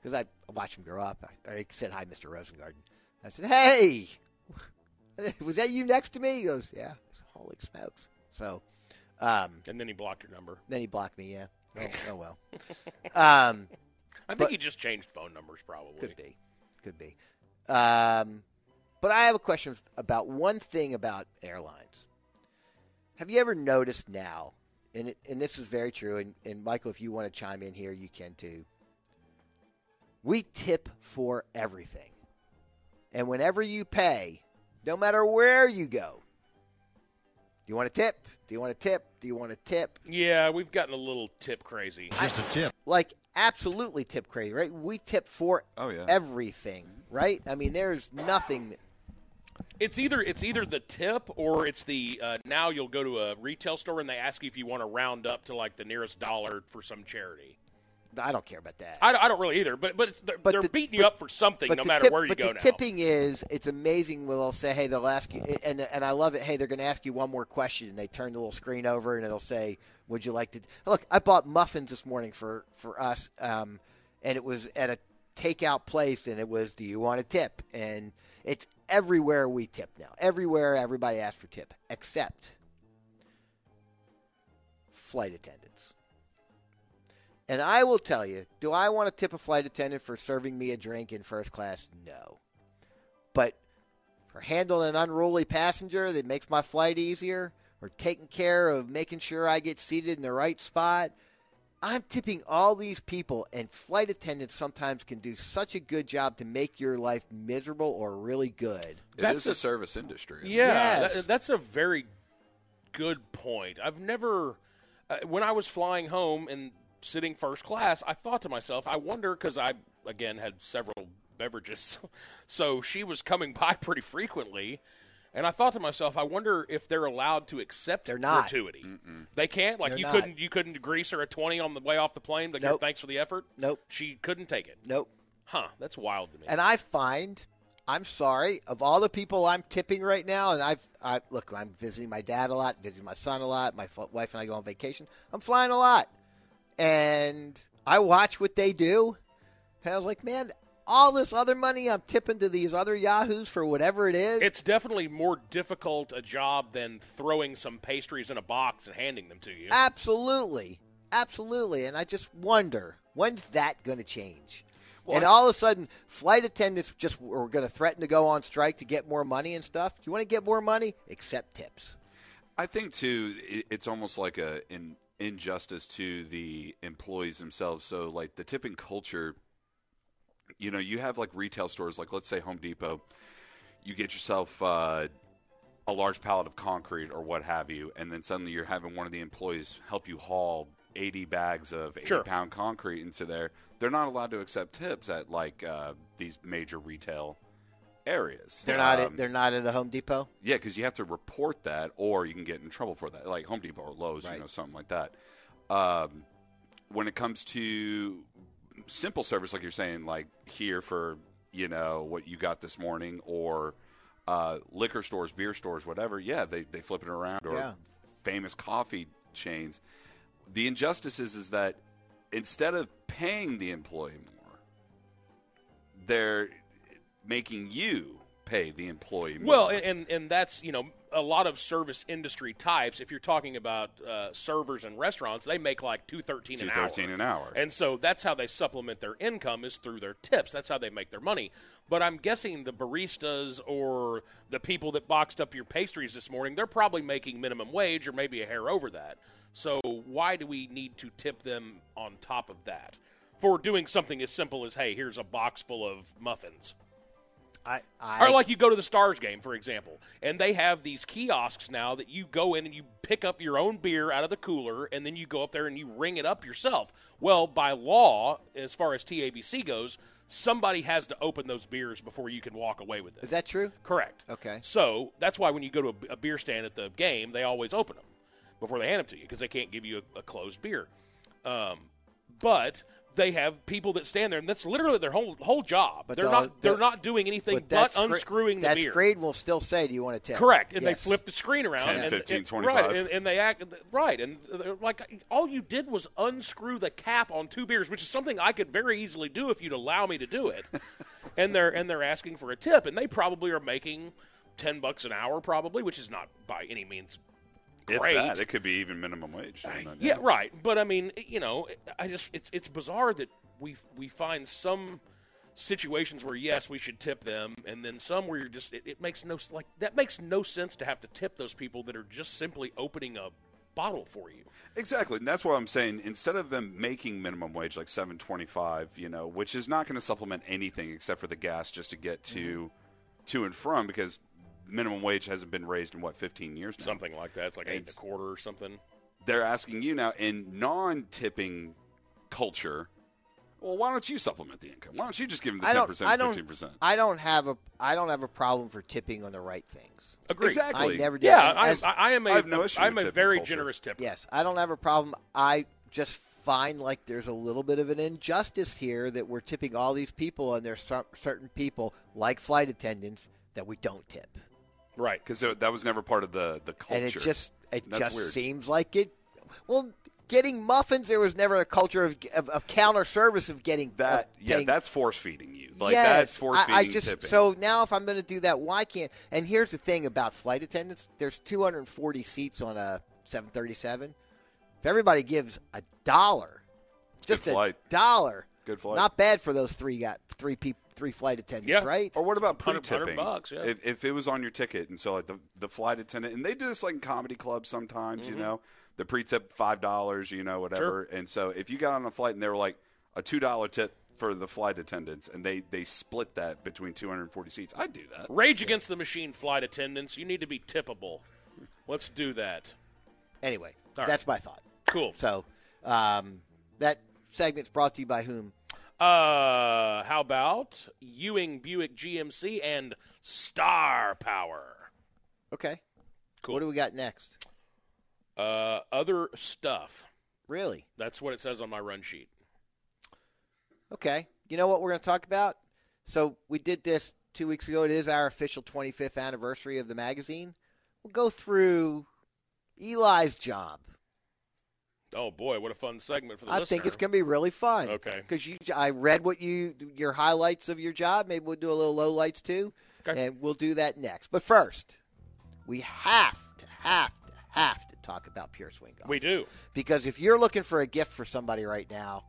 Speaker 4: because I watched him grow up. I, I said, "Hi, Mr. Rosengarten." I said, "Hey, was that you next to me?" He goes, "Yeah." I said, Holy smokes! So, um,
Speaker 3: And then he blocked your number.
Speaker 4: then he blocked me. Yeah. Oh, oh well. Um,
Speaker 3: I think
Speaker 4: But-
Speaker 3: he just changed phone numbers, probably.
Speaker 4: could be, could be. Um, but I have a question about one thing about airlines. Have you ever noticed now, and it, and this is very true, and, and Michael, if you want to chime in here, you can too. We tip for everything, and whenever you pay, no matter where you go, do you want to tip? Do you want to tip? Do you want to tip?
Speaker 3: Yeah, we've gotten a little tip crazy.
Speaker 4: like absolutely tip crazy, right? We tip for
Speaker 5: Oh, yeah.
Speaker 4: everything, right? I mean, there's nothing.
Speaker 3: It's either it's either the tip or it's the uh, now you'll go to a retail store and they ask you if you want to round up to like the nearest dollar for some charity.
Speaker 4: I don't care about that.
Speaker 3: I, don't- I don't really either, but but, it's, they're,
Speaker 4: But
Speaker 3: they're
Speaker 4: the-
Speaker 3: beating you
Speaker 4: but-
Speaker 3: up for something
Speaker 4: but
Speaker 3: no
Speaker 4: the
Speaker 3: matter
Speaker 4: tip-
Speaker 3: where you
Speaker 4: but
Speaker 3: go
Speaker 4: the
Speaker 3: now.
Speaker 4: tipping is it's amazing. When they'll say, "Hey, they'll ask you," and and I love it. Hey, they're going to ask you one more question, and they turn the little screen over, and it'll say, "Would you like to?" Look, I bought muffins this morning for for us, um, and it was at a takeout place, and it was, "Do you want a tip?" And it's everywhere we tip now. Everywhere everybody asks for tip, except flight attendants. And I will tell you, do I want to tip a flight attendant for serving me a drink in first class? No. But for handling an unruly passenger that makes my flight easier, or taking care of making sure I get seated in the right spot, I'm tipping all these people, and flight attendants sometimes can do such a good job to make your life miserable or really good.
Speaker 5: It
Speaker 3: That's
Speaker 5: is
Speaker 3: a-
Speaker 5: a service industry.
Speaker 3: Yeah,
Speaker 4: Yes.
Speaker 3: that- that's a very good point. I've never, uh, when I was flying home and sitting first class, I thought to myself, I wonder because I again had several beverages, so she was coming by pretty frequently. And I thought to myself, I wonder if they're allowed to accept
Speaker 4: They're not.
Speaker 3: gratuity. They can't. Like
Speaker 4: They're
Speaker 3: you
Speaker 4: not.
Speaker 3: couldn't. You couldn't grease her a twenty on the way off the plane. Like, "Here,
Speaker 4: Nope.
Speaker 3: thanks for the effort.
Speaker 4: Nope.
Speaker 3: She couldn't take it.
Speaker 4: Nope.
Speaker 3: Huh? That's wild to me.
Speaker 4: And I find, I'm sorry, of all the people I'm tipping right now, and I've, I look, I'm visiting my dad a lot, visiting my son a lot, my f- wife and I go on vacation. I'm flying a lot, and I watch what they do, and I was like, man, all this other money I'm tipping to these other yahoos for whatever it is.
Speaker 3: It's definitely more difficult a job than throwing some pastries in a box and handing them to you.
Speaker 4: Absolutely, absolutely, and I just wonder when's that going to change.
Speaker 5: Well,
Speaker 4: and
Speaker 5: I-
Speaker 4: all of a sudden, flight attendants just were going to threaten to go on strike to get more money and stuff. You want to get more money? Accept tips.
Speaker 5: I think too, i- it's almost like a an injustice to the employees themselves. So like the tipping culture, you know, you have like retail stores, like let's say Home Depot, you get yourself uh, a large pallet of concrete or what have you, and then suddenly you're having one of the employees help you haul. 80 bags of 80
Speaker 3: Sure.
Speaker 5: pound concrete into there. They're not allowed to accept tips at like uh, these major retail areas.
Speaker 4: They're not.
Speaker 5: Um,
Speaker 4: At, they're not at a Home Depot.
Speaker 5: yeah, because you have to report that, or you can get in trouble for that, like Home Depot or Lowe's,
Speaker 4: Right.
Speaker 5: you know, something like that. Um, when it comes to simple service, like you're saying, like here for you know what you got this morning, or uh, liquor stores, beer stores, whatever. Yeah, they they flip it around, or
Speaker 4: Yeah.
Speaker 5: famous coffee chains. The injustice is is that instead of paying the employee more, they're making you pay the employee more.
Speaker 3: Well, and, and and that's you know a lot of service industry types. If you're talking about uh, servers and restaurants, they make like two thirteen an hour.
Speaker 5: 213 an hour.
Speaker 3: And so that's how they supplement their income is through their tips. That's how they make their money. But I'm guessing the baristas or the people that boxed up your pastries this morning, they're probably making minimum wage or maybe a hair over that. So why do we need to tip them on top of that for doing something as simple as hey, here's a box full of muffins?
Speaker 4: I, I
Speaker 3: Or like you go to the Stars game, for example, and they have these kiosks now that you go in and you pick up your own beer out of the cooler, and then you go up there and you ring it up yourself. Well, by law, as far as TABC goes, somebody has to open those beers before you can walk away with
Speaker 4: is
Speaker 3: it.
Speaker 4: that true?
Speaker 3: Correct.
Speaker 4: Okay.
Speaker 3: So that's why when you go to a, a beer stand at the game, they always open them before they hand them to you because they can't give you a, a closed beer. Um, but they have people that stand there, and that's literally their whole whole job.
Speaker 4: But
Speaker 3: they're
Speaker 4: the-
Speaker 3: not they're
Speaker 4: the-
Speaker 3: not doing anything but,
Speaker 4: that's great-
Speaker 3: unscrewing the
Speaker 4: that's
Speaker 3: beer.
Speaker 4: great. We'll still say, do you want to tip?
Speaker 3: Correct, and
Speaker 4: Yes.
Speaker 3: they flip the screen around.
Speaker 5: 10,
Speaker 3: and,
Speaker 5: 15,
Speaker 3: and-
Speaker 5: 25.
Speaker 3: Right, and, and they act right, and uh, they're like all you did was unscrew the cap on two beers, which is something I could very easily do if you'd allow me to do it. and they're and they're asking for a tip, and they probably are making ten bucks an hour, probably, which is not by any means
Speaker 5: If
Speaker 3: great.
Speaker 5: that, it could be even minimum wage. doesn't it?
Speaker 3: Yeah, right. But I mean, you know, I just it's it's bizarre that we we find some situations where yes, we should tip them, and then some where you're just it, it makes no like that makes no sense to have to tip those people that are just simply opening a bottle for you.
Speaker 5: Exactly, and that's what I'm saying. Instead of them making minimum wage like seven twenty five, you know, which is not going to supplement anything except for the gas just to get to
Speaker 3: Mm-hmm.
Speaker 5: to and from because minimum wage hasn't been raised in what fifteen years now.
Speaker 3: Something like that. It's like eight and a
Speaker 5: It's-
Speaker 3: quarter or something.
Speaker 5: They're asking you now in non tipping culture. Well, why don't you supplement the income? Why don't you just give them the
Speaker 4: I
Speaker 5: ten
Speaker 4: don't. I
Speaker 5: percent,
Speaker 4: don't.
Speaker 5: fifteen percent?
Speaker 4: I don't have a. I don't have a problem for tipping on the right things.
Speaker 3: Agreed.
Speaker 5: Exactly.
Speaker 4: I never do.
Speaker 3: Yeah,
Speaker 4: And
Speaker 3: I,
Speaker 4: as-
Speaker 3: I, I am a
Speaker 5: I have no issue
Speaker 3: am
Speaker 5: with
Speaker 3: a
Speaker 5: tipping
Speaker 3: very
Speaker 5: culture.
Speaker 3: generous tipper.
Speaker 4: Yes, I don't have a problem. I just find like there's a little bit of an injustice here that we're tipping all these people, and there's some, certain people like flight attendants that we don't tip,
Speaker 3: Right.
Speaker 5: Because that was never part of the the culture.
Speaker 4: and it just it
Speaker 5: Oh, That's
Speaker 4: just
Speaker 5: weird.
Speaker 4: seems like it. Well, getting muffins, there was never a culture of, of, of counter service of getting of
Speaker 5: that yeah,
Speaker 4: paying-
Speaker 5: that's force feeding you. Like
Speaker 4: yes,
Speaker 5: that's force feeding
Speaker 4: I, I just
Speaker 5: tipping.
Speaker 4: so now if I'm going to do that, why can't? And here's the thing about flight attendants: there's 240 seats on a 737. If everybody gives a dollar, just
Speaker 5: good
Speaker 4: a
Speaker 5: flight.
Speaker 4: dollar,
Speaker 5: Good flight.
Speaker 4: not bad for those three got three peop three flight attendants,
Speaker 3: Yeah.
Speaker 4: right?
Speaker 5: Or what about pre
Speaker 3: 100
Speaker 5: tipping?
Speaker 3: bucks, yeah.
Speaker 5: If, if it was on your ticket, and so like the the flight attendant, and they do this like in comedy clubs sometimes,
Speaker 3: Mm-hmm.
Speaker 5: you know, the pre tip five dollars, you know, whatever. And so if you got on a flight and they were like a two dollar tip for the flight attendants, and they they split that between two hundred and forty seats, I'd do that.
Speaker 3: Rage Against the Machine flight attendants, you need to be tippable. Let's do that.
Speaker 4: anyway,
Speaker 3: All right.
Speaker 4: that's my thought.
Speaker 3: Cool.
Speaker 4: So um, that segment's brought to you by whom?
Speaker 3: Uh, how about Ewing Buick GMC and Star Power?
Speaker 4: Okay,
Speaker 3: Cool.
Speaker 4: What do we got next?
Speaker 3: Uh, other stuff.
Speaker 4: Really?
Speaker 3: That's what it says on my run sheet.
Speaker 4: Okay. You know what we're going to talk about? So we did this two weeks ago. It is our official 25th anniversary of the magazine. We'll go through Eli's job.
Speaker 3: Oh boy, what a fun segment for the
Speaker 4: I
Speaker 3: listener.
Speaker 4: think it's going to be really fun.
Speaker 3: Okay.
Speaker 4: Because you, I read what you your highlights of your job. Maybe we'll do a little lowlights too,
Speaker 3: Okay.
Speaker 4: and we'll do that next. But first, we have to have to have to talk about Pure Swing Golf.
Speaker 3: we do.
Speaker 4: Because if you're looking for a gift for somebody right now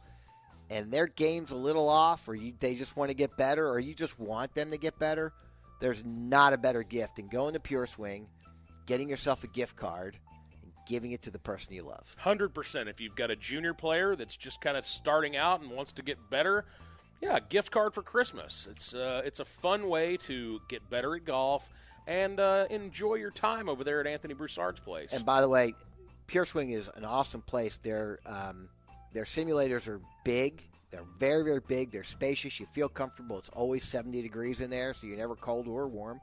Speaker 4: and their game's a little off, or you, they just want to get better, or you just want them to get better, there's not a better gift than going to Pure Swing, getting yourself a gift card, and giving it to the person you love.
Speaker 3: Hundred percent. If you've got a junior player that's just kind of starting out and wants to get better, yeah, gift card for Christmas. It's uh, it's a fun way to get better at golf and uh, enjoy your time over there at Anthony Broussard's place.
Speaker 4: And by the way, Pure Swing is an awesome place. Their um, their simulators are big. They're very very big. They're spacious. You feel comfortable. It's always 70 degrees in there, so you're never cold or warm.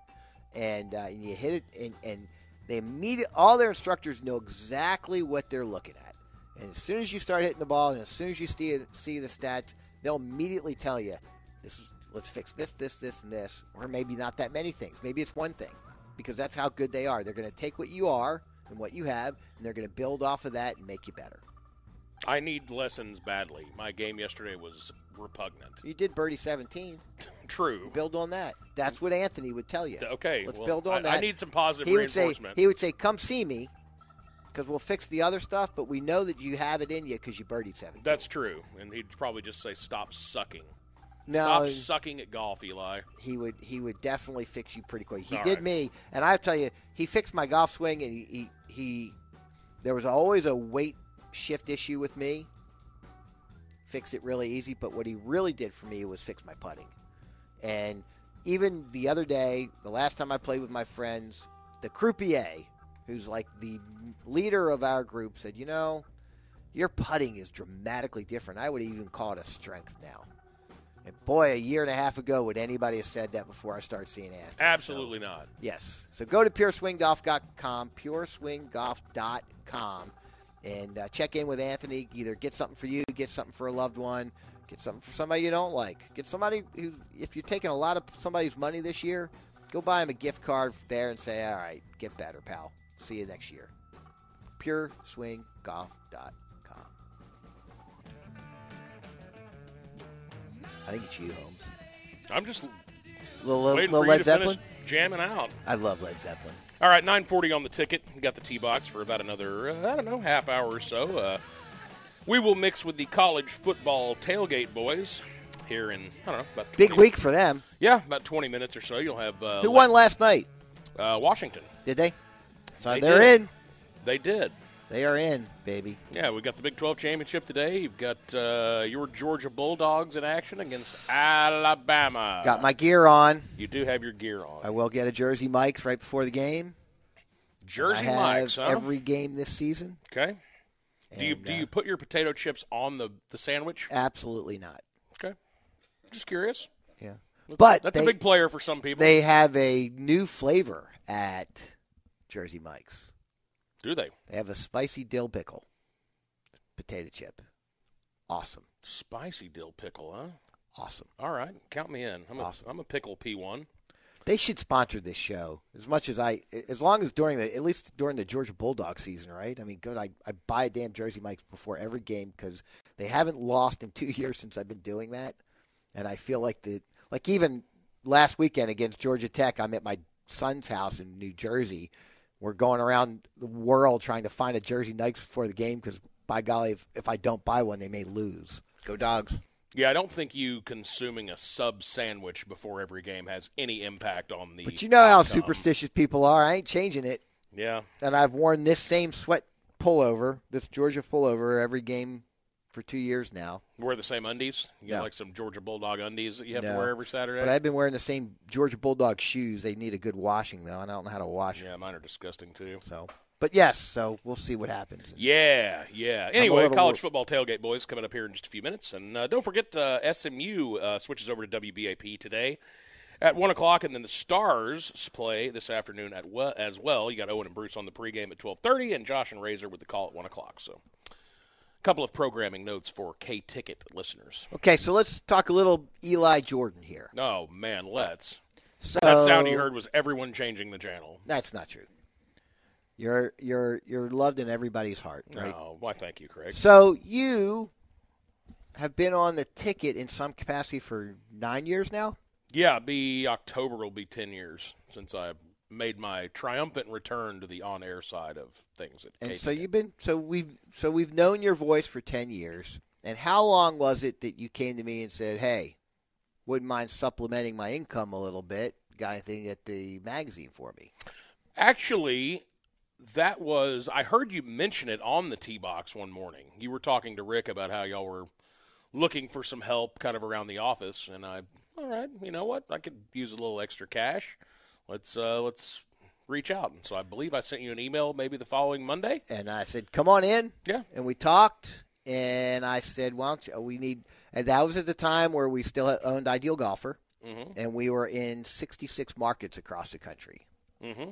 Speaker 4: And, uh, and you hit it, and, and they immediate all their instructors know exactly what they're looking at. And as soon as you start hitting the ball, and as soon as you see see the stats, they'll immediately tell you, "This is let's fix this, this, this, and this," or maybe not that many things. Maybe it's one thing, because that's how good they are. They're going to take what you are and what you have, and they're going to build off of that and make you better.
Speaker 3: I need lessons badly. My game yesterday was repugnant.
Speaker 4: You did birdie seventeen.
Speaker 3: True.
Speaker 4: Build on that. That's what Anthony would tell you.
Speaker 3: Okay.
Speaker 4: let's
Speaker 3: well,
Speaker 4: build
Speaker 3: I,
Speaker 4: on that.
Speaker 3: I need some positive
Speaker 4: he would say
Speaker 3: reinforcement.
Speaker 4: he would say, "Come see me." Because we'll fix the other stuff, but we know that you have it in you because you birdied 17.
Speaker 3: That's true, and he'd probably just say, "Stop sucking,
Speaker 4: no,
Speaker 3: stop sucking at golf, Eli."
Speaker 4: he would he would definitely fix you pretty quick. He
Speaker 3: All
Speaker 4: did
Speaker 3: right.
Speaker 4: me, and I tell you, he fixed my golf swing, and he, he he there was always a weight shift issue with me. Fixed it really easy, but what he really did for me was fix my putting, and even the other day, the last time I played with my friends, the croupier, who's like the leader of our group, said, "You know, your putting is dramatically different. I would even call it a strength now." And boy, a year and a half ago, would anybody have said that before I started seeing it?
Speaker 3: Absolutely not.
Speaker 4: Yes. So go to pureswinggolf.com, pureswinggolf.com, and uh, check in with Anthony. Either get something for you, get something for a loved one, get something for somebody you don't like. Get somebody who, if you're taking a lot of somebody's money this year, go buy him a gift card there and say, all right, get better, pal. See you next year. pureswinggolf.com. I think it's you, Holmes.
Speaker 3: I'm just
Speaker 4: Little,
Speaker 3: waiting
Speaker 4: little
Speaker 3: for you
Speaker 4: Led
Speaker 3: to
Speaker 4: Zeppelin?
Speaker 3: finish jamming out.
Speaker 4: I love Led Zeppelin.
Speaker 3: All right, 940 on the ticket. We got the tee box for about another, uh, I don't know, half hour or so. Uh, we will mix with the college football tailgate boys here in, I don't know, about 20,
Speaker 4: Big week for them.
Speaker 3: Yeah, about 20 minutes or so. You'll have uh,
Speaker 4: Who won last night?
Speaker 3: Uh, Washington.
Speaker 4: Did they? So
Speaker 3: They
Speaker 4: they are
Speaker 3: did.
Speaker 4: in.
Speaker 3: They did.
Speaker 4: They are in, baby.
Speaker 3: Yeah, we got the Big 12 championship today. You've got uh, your Georgia Bulldogs in action against Alabama.
Speaker 4: Got my gear on.
Speaker 3: You do have your gear on.
Speaker 4: I will get a jersey Mike's right before the game.
Speaker 3: Jersey
Speaker 4: I have
Speaker 3: Mike's, huh?
Speaker 4: every game this season.
Speaker 3: okay. Do you
Speaker 4: And,
Speaker 3: do
Speaker 4: uh,
Speaker 3: you put your potato chips on the, the sandwich?
Speaker 4: Absolutely not.
Speaker 3: Okay. Just curious.
Speaker 4: Yeah, but
Speaker 3: That's
Speaker 4: they,
Speaker 3: a big player for some people.
Speaker 4: they have a new flavor at Jersey Mike's.
Speaker 3: do they?
Speaker 4: They have a spicy dill pickle, potato chip. Awesome,
Speaker 3: Spicy dill pickle, huh?
Speaker 4: awesome.
Speaker 3: All right, count me in. I'm a,
Speaker 4: Awesome.
Speaker 3: am a pickle P1.
Speaker 4: They should sponsor this show as much as I, as long as during the, at least during the Georgia Bulldog season, right? I mean, good. I, I buy a damn Jersey Mike's before every game because they haven't lost in two years since I've been doing that. And I feel like the, like even last weekend against Georgia Tech, I'm at my son's house in New Jersey. We're going around the world trying to find a Jersey Mike's before the game because, by golly, if, if I don't buy one, they may lose. Go dogs.
Speaker 3: Yeah, I don't think you consuming a sub sandwich before every game has any impact on the.
Speaker 4: But you know how
Speaker 3: outcome.
Speaker 4: superstitious people are. I ain't changing it.
Speaker 3: Yeah,
Speaker 4: and I've worn this same sweat pullover, this Georgia pullover, every game for two years now.
Speaker 3: wear the same undies. You got
Speaker 4: No.
Speaker 3: like some Georgia Bulldog undies that you have to
Speaker 4: No.
Speaker 3: wear every Saturday.
Speaker 4: But I've been wearing the same Georgia Bulldog shoes. They need a good washing though, and I don't know how to wash them.
Speaker 3: yeah, mine are disgusting too.
Speaker 4: So, but yes, so we'll see what happens.
Speaker 3: Yeah, yeah. Anyway,
Speaker 4: little
Speaker 3: college
Speaker 4: wor-
Speaker 3: football tailgate boys coming up here in just a few minutes, and uh, don't forget uh, SMU uh, switches over to WBAP today at one o'clock, and then the Stars play this afternoon at well, as well. You got Owen and Bruce on the pregame at twelve thirty, and Josh and Razor with the call at one o'clock. So, a couple of programming notes for K ticket listeners.
Speaker 4: Okay, so let's talk a little Eli Jordan here.
Speaker 3: Oh man, let's.
Speaker 4: So
Speaker 3: That sound
Speaker 4: Uh,
Speaker 3: you heard was everyone changing the channel.
Speaker 4: That's not true. You're you're you're loved in everybody's heart, right?
Speaker 3: Oh, why? Thank you, Craig.
Speaker 4: So you have been on the ticket in some capacity for nine years now.
Speaker 3: Yeah, be October will be ten years since I made my triumphant return to the on-air side of things. At
Speaker 4: And
Speaker 3: KTN.
Speaker 4: so you've been so we've so we've known your voice for ten years. And how long was it that you came to me and said, "Hey, wouldn't mind supplementing my income a little bit? Got anything at the magazine for me?"
Speaker 3: actually, that was I heard you mention it on the T box one morning. You were talking to Rick about how y'all were looking for some help, kind of around the office, and I, all right, you know what? I could use a little extra cash. Let's uh, let's reach out. And so I believe I sent you an email maybe the following Monday.
Speaker 4: And I said, "Come on in."
Speaker 3: Yeah.
Speaker 4: And we talked, and I said, "Why don't you, we need?" And that was at the time where we still owned Ideal Golfer,
Speaker 3: Mm-hmm.
Speaker 4: and we were in sixty-six markets across the country.
Speaker 3: Mm-hmm.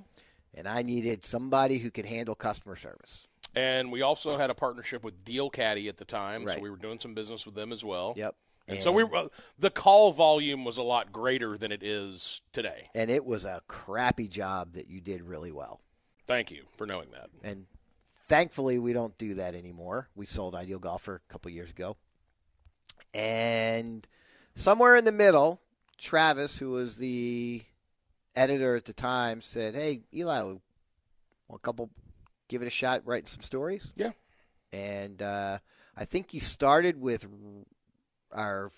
Speaker 4: And I needed somebody who could handle customer service.
Speaker 3: And we also had a partnership with Deal Caddy at the time, so
Speaker 4: Right.
Speaker 3: we were doing some business with them as well.
Speaker 4: Yep.
Speaker 3: And, so we uh, the call volume was a lot greater than it is today.
Speaker 4: and it was a crappy job that you did really well.
Speaker 3: Thank you for knowing that.
Speaker 4: And thankfully, we don't do that anymore. We sold Ideal Golfer a couple years ago. And somewhere in the middle, Travis, who was the editor at the time, said, Hey, Eli, want a couple, give it a shot writing some stories?
Speaker 3: Yeah.
Speaker 4: And uh, I think you started with our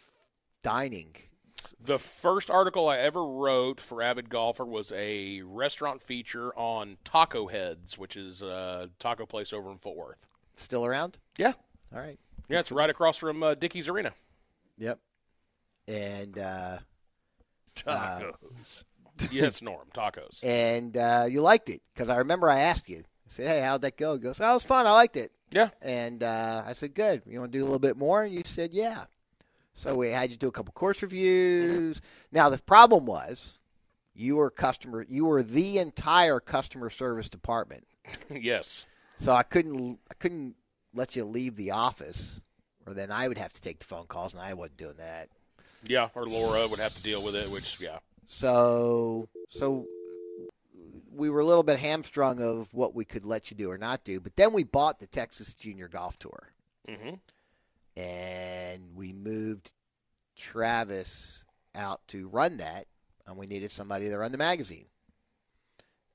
Speaker 4: dining.
Speaker 3: The first article I ever wrote for Avid Golfer was a restaurant feature on Taco Heads, which is a taco place over in Fort Worth.
Speaker 4: Still around?
Speaker 3: Yeah.
Speaker 4: All right.
Speaker 3: Yeah, it's right across from uh, Dickey's Arena.
Speaker 4: Yep. And uh, Uh,
Speaker 8: Tacos.
Speaker 3: yes, Norm, tacos.
Speaker 4: and uh, you liked it because I remember I asked you. I said, "Hey, how'd that go?" He goes, "Oh, it was fun. I liked it."
Speaker 3: Yeah.
Speaker 4: And uh, I said, "Good. You want to do a little bit more?" And you said, "Yeah." So we had you do a couple course reviews. Now the problem was, you were customer. You were the entire customer service department.
Speaker 3: yes.
Speaker 4: So I couldn't. I couldn't let you leave the office, or then I would have to take the phone calls, and I wasn't doing that.
Speaker 3: Yeah, or Laura would have to deal with it, which, yeah.
Speaker 4: So, so we were a little bit hamstrung of what we could let you do or not do. But then we bought the Texas Junior Golf Tour,
Speaker 3: Mm-hmm.
Speaker 4: and we moved Travis out to run that, and we needed somebody to run the magazine.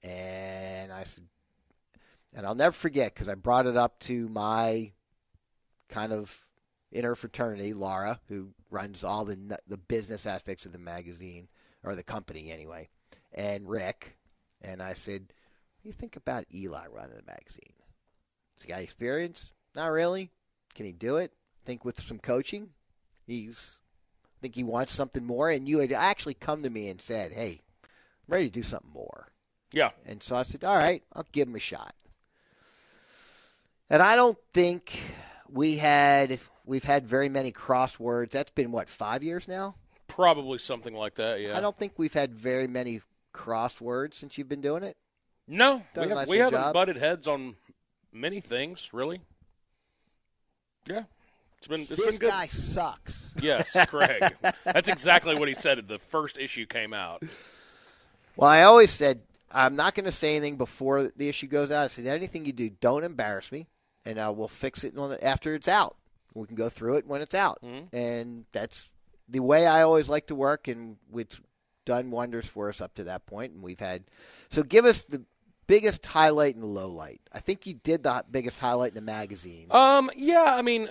Speaker 4: And I said, and I'll never forget because I brought it up to my kind of inner fraternity, Laura, who runs all the nu- the business aspects of the magazine or the company anyway, and Rick, and I said, "What do you think about Eli running the magazine? Has he got experience? Not really. Can he do it? Think with some coaching, he's. I think he wants something more." And you had actually come to me and said, "Hey, I'm ready to do something more."
Speaker 3: Yeah.
Speaker 4: And so I said, all right, I'll give him a shot. And I don't think we had we've had very many crosswords. That's been what five years now.
Speaker 3: Probably something like that, yeah.
Speaker 4: I don't think we've had very many crosswords since you've been doing it.
Speaker 3: No, we,
Speaker 4: Done a
Speaker 3: have,
Speaker 4: nice
Speaker 3: we
Speaker 4: little
Speaker 3: haven't
Speaker 4: job.
Speaker 3: butted heads on many things, really. Yeah, it's been it's
Speaker 4: this
Speaker 3: been good.
Speaker 4: guy sucks.
Speaker 3: Yes, Craig. That's exactly what he said. The first issue came out.
Speaker 4: Well, I always said I'm not going to say anything before the issue goes out. I said anything you do, don't embarrass me, and uh, we'll fix it on the- after it's out. We can go through it when it's out,
Speaker 3: Mhm.
Speaker 4: and that's the way I always like to work, and it's done wonders for us up to that point. And we've had so give us the biggest highlight and low light. I think you did the biggest highlight in the magazine.
Speaker 3: Um, yeah, I mean,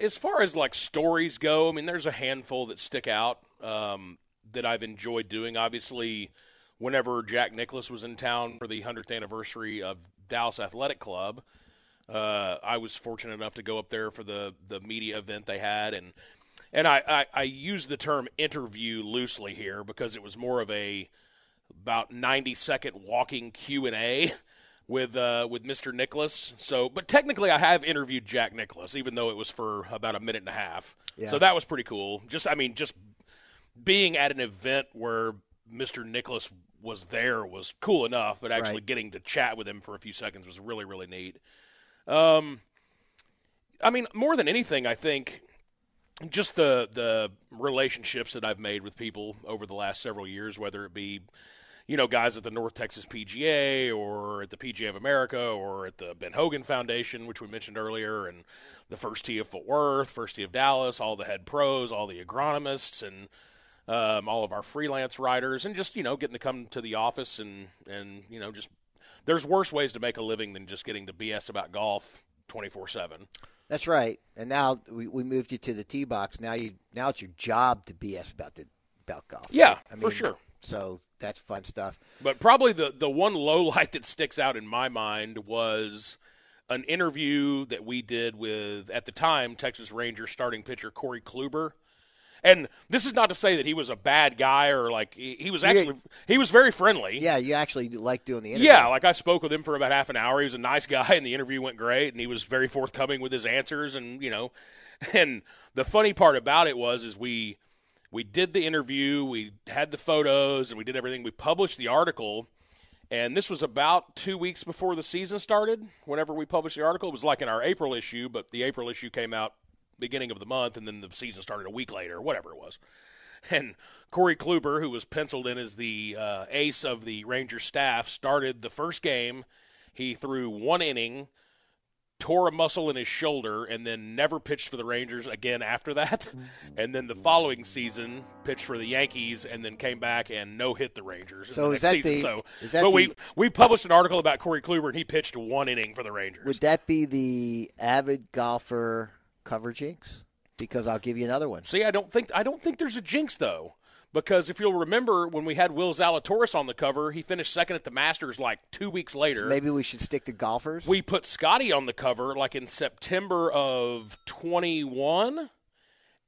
Speaker 3: as far as like stories go, I mean, there's a handful that stick out um, that I've enjoyed doing. Obviously, whenever Jack Nicholas was in town for the 100th anniversary of Dallas Athletic Club, uh, I was fortunate enough to go up there for the the media event they had, and and I, I I use the term interview loosely here because it was more of a about 90 second walking Q and A with uh, with Mr. Nicholas. So, but technically, I have interviewed Jack Nicholas, even though it was for about a minute and a half.
Speaker 4: Yeah.
Speaker 3: So that was pretty cool. Just, I mean, just being at an event where Mr. Nicholas was there was cool enough, but actually
Speaker 4: Right.
Speaker 3: getting to chat with him for a few seconds was really, really neat. Um, I mean, more than anything, I think just the the relationships that I've made with people over the last several years, whether it be you know guys at the North Texas PGA or at the PGA of America or at the Ben Hogan Foundation, which we mentioned earlier, and the first tee of Fort Worth, first tee of Dallas, all the head pros, all the agronomists, and um, all of our freelance writers, and just you know getting to come to the office and and you know just there's worse ways to make a living than just getting to BS about golf twenty four seven.
Speaker 4: That's right. And now we, we moved you to the tee box. Now you now it's your job to BS about the about golf.
Speaker 3: Yeah,
Speaker 4: I
Speaker 3: for
Speaker 4: mean,
Speaker 3: sure.
Speaker 4: So that's fun stuff.
Speaker 3: But probably the the one low light that sticks out in my mind was an interview that we did with at the time Texas Ranger starting pitcher Corey Kluber. And this is not to say that he was a bad guy or like he, he was
Speaker 4: Yeah.
Speaker 3: actually he was very friendly.
Speaker 4: Yeah, you actually like doing the interview.
Speaker 3: Yeah, like I spoke with him for about half an hour. He was a nice guy, and the interview went great, and he was very forthcoming with his answers, and you know, and the funny part about it was is we we did the interview, we had the photos, and we did everything. We published the article, and this was about two weeks before the season started. Whenever we published the article, it was like in our April issue, but the April issue came out beginning of the month, and then the season started a week later, whatever it was. And Corey Kluber, who was penciled in as the uh, ace of the Rangers staff, started the first game. He threw one inning, tore a muscle in his shoulder, and then never pitched for the Rangers again after that. And then the following season, pitched for the Yankees, and then came back and no hit the Rangers. in
Speaker 4: So
Speaker 3: the
Speaker 4: is
Speaker 3: next
Speaker 4: that
Speaker 3: season.
Speaker 4: the-
Speaker 3: So,
Speaker 4: is that
Speaker 3: but
Speaker 4: the-
Speaker 3: we we published an article about Corey Kluber, and he pitched one inning for the Rangers.
Speaker 4: Would that be the avid golfer cover jinx? Because I'll give you another one.
Speaker 3: See, I don't think I don't think there's a jinx though, because if you'll remember when we had Will Zalatoris on the cover, he finished second at the Masters like two weeks later.
Speaker 4: Maybe we should stick to golfers.
Speaker 3: we put Scotty on the cover like in September of 21,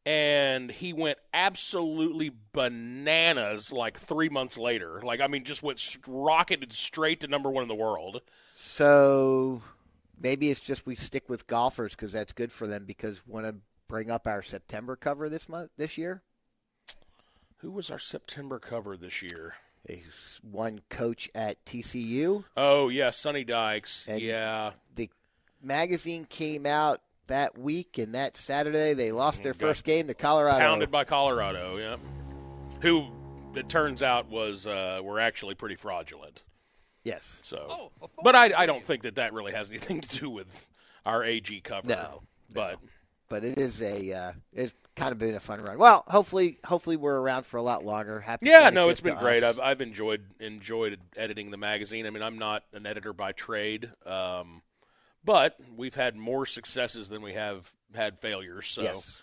Speaker 3: and he went absolutely bananas like three months later. Like, I mean, just went s- rocketed straight to number one in the world.
Speaker 4: So maybe it's just we stick with golfers because that's good for them. Because want to bring up our September cover this month, this year.
Speaker 3: Who was our September cover this year?
Speaker 4: He's one coach at TCU.
Speaker 3: Oh, yeah, Sonny Dykes.
Speaker 4: And-
Speaker 3: yeah.
Speaker 4: The magazine came out that week, and that Saturday they lost their
Speaker 3: Got
Speaker 4: first game to Colorado.
Speaker 3: Mm-hmm. Pounded by Colorado, yeah. Who, it turns out, was uh, were actually pretty fraudulent.
Speaker 4: yes.
Speaker 3: So, but I, I don't think that that really has anything to do with our AG cover.
Speaker 4: No,
Speaker 3: but
Speaker 4: But it is a uh, it's kind of been a fun run. Well, hopefully, hopefully we're around for a lot longer. Happy.
Speaker 3: yeah, no,
Speaker 4: 25th
Speaker 3: it's been
Speaker 4: to
Speaker 3: great.
Speaker 4: us.
Speaker 3: I've I've enjoyed enjoyed editing the magazine. I mean, I'm not an editor by trade, um, but we've had more successes than we have had failures. So
Speaker 4: Yes.